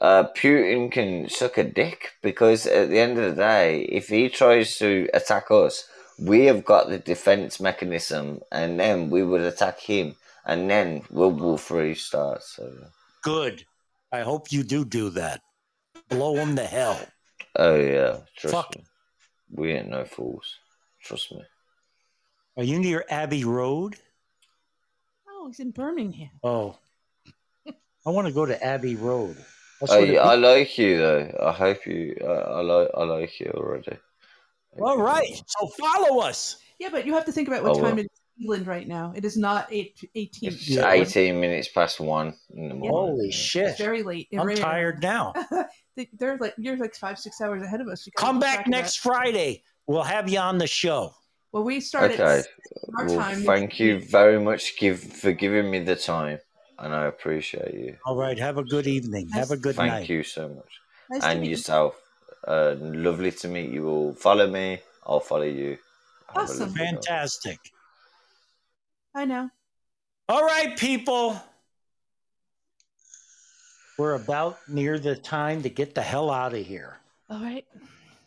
B: uh, Putin can suck a dick because at the end of the day, if he tries to attack us, we have got the defense mechanism, and then we would attack him, and then World War Three starts. So.
C: Good. I hope you do do that. Blow them to hell.
B: Oh yeah, trust
C: Fuck.
B: me, we ain't no fools. Trust me.
C: Are you near Abbey Road?
D: Oh, he's in Birmingham.
C: Oh, I want to go to Abbey Road. That's
B: Oh,
C: where the
B: yeah, I like you though. I hope you. I, I like. I like you already.
C: people- All right. So follow us.
D: Yeah, but you have to think about what
B: Oh,
D: time
B: well.
D: it is in England right now. It is not 8, 18.
B: It's
C: Yeah.
B: eighteen minutes past one in the morning.
C: Holy shit.
D: It's very late. It
C: I'm
D: ran.
C: tired now.
D: They- They're like you're like five six hours ahead of us. You gotta
C: Come
D: keep
C: back
D: track of
C: next
D: that.
C: Friday. We'll have you on the show.
D: Well, we started
B: Okay.
D: our
B: Well,
D: time.
B: thank you very much give, for giving me the time, and I appreciate you.
C: All right. Have a good evening. Have a good
B: thank
C: night.
B: you so much,
D: Nice to
B: and
D: meet you.
B: yourself. Uh, lovely to meet you all. Follow me. I'll follow you. Have a
D: Awesome.
B: lovely night.
C: Fantastic.
D: I know.
C: All right, people. We're about near the time to get the hell out of here.
D: All right,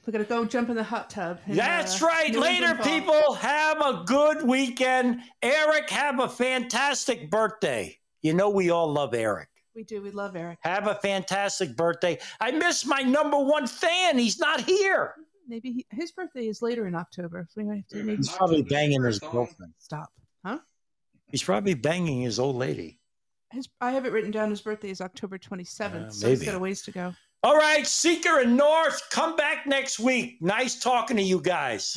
D: we're gonna go jump in the hot tub. and,
C: That's
D: uh,
C: right.
D: New
C: Later,
D: England fall.
C: people. Have a good weekend. Eric, have a fantastic birthday. You know, we all love Eric.
D: We do. We love Eric.
C: Have a fantastic birthday. I miss my number one fan. He's not here.
D: Maybe he, his birthday is later in October. So we might have to
G: Wait a
D: maybe
G: minute.
C: He's probably banging his girlfriend.
D: stop. Huh?
C: He's probably banging his old lady.
D: His I have it written down. His birthday is October twenty seventh.
C: Uh,
D: so he's
C: maybe.
D: got a ways to go.
C: All right, Seeker and North, come back next week. Nice talking to you guys.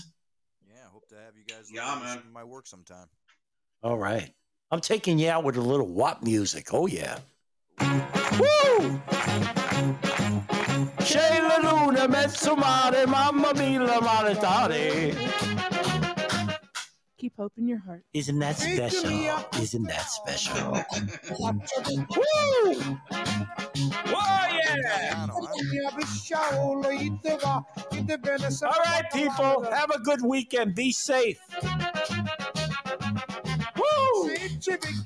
H: Yeah, hope to have you guys
G: Yeah,
H: look at
G: man.
H: some of my work sometime.
C: All right. I'm taking you out with a little WAP music. Oh, yeah. Woo! Shayla Luna met somebody, mamma mia, la maritati.
D: Keep hope in your heart.
C: Isn't that special? Isn't that special?
F: Woo! All
C: All right, people, have a good weekend. Be safe.
F: Woo!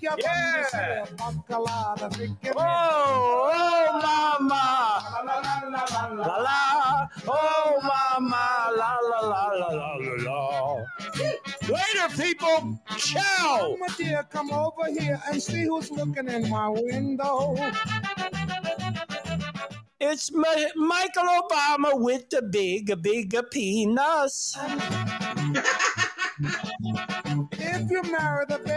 F: Yeah! Oh, oh, mama! La la! Oh, mama! La la la la la la la!
C: Later, people!
F: Ciao! My dear, come over here and see who's looking in my window.
C: It's Ma- Michael Obama with the big, big penis.
F: If you marry the baby.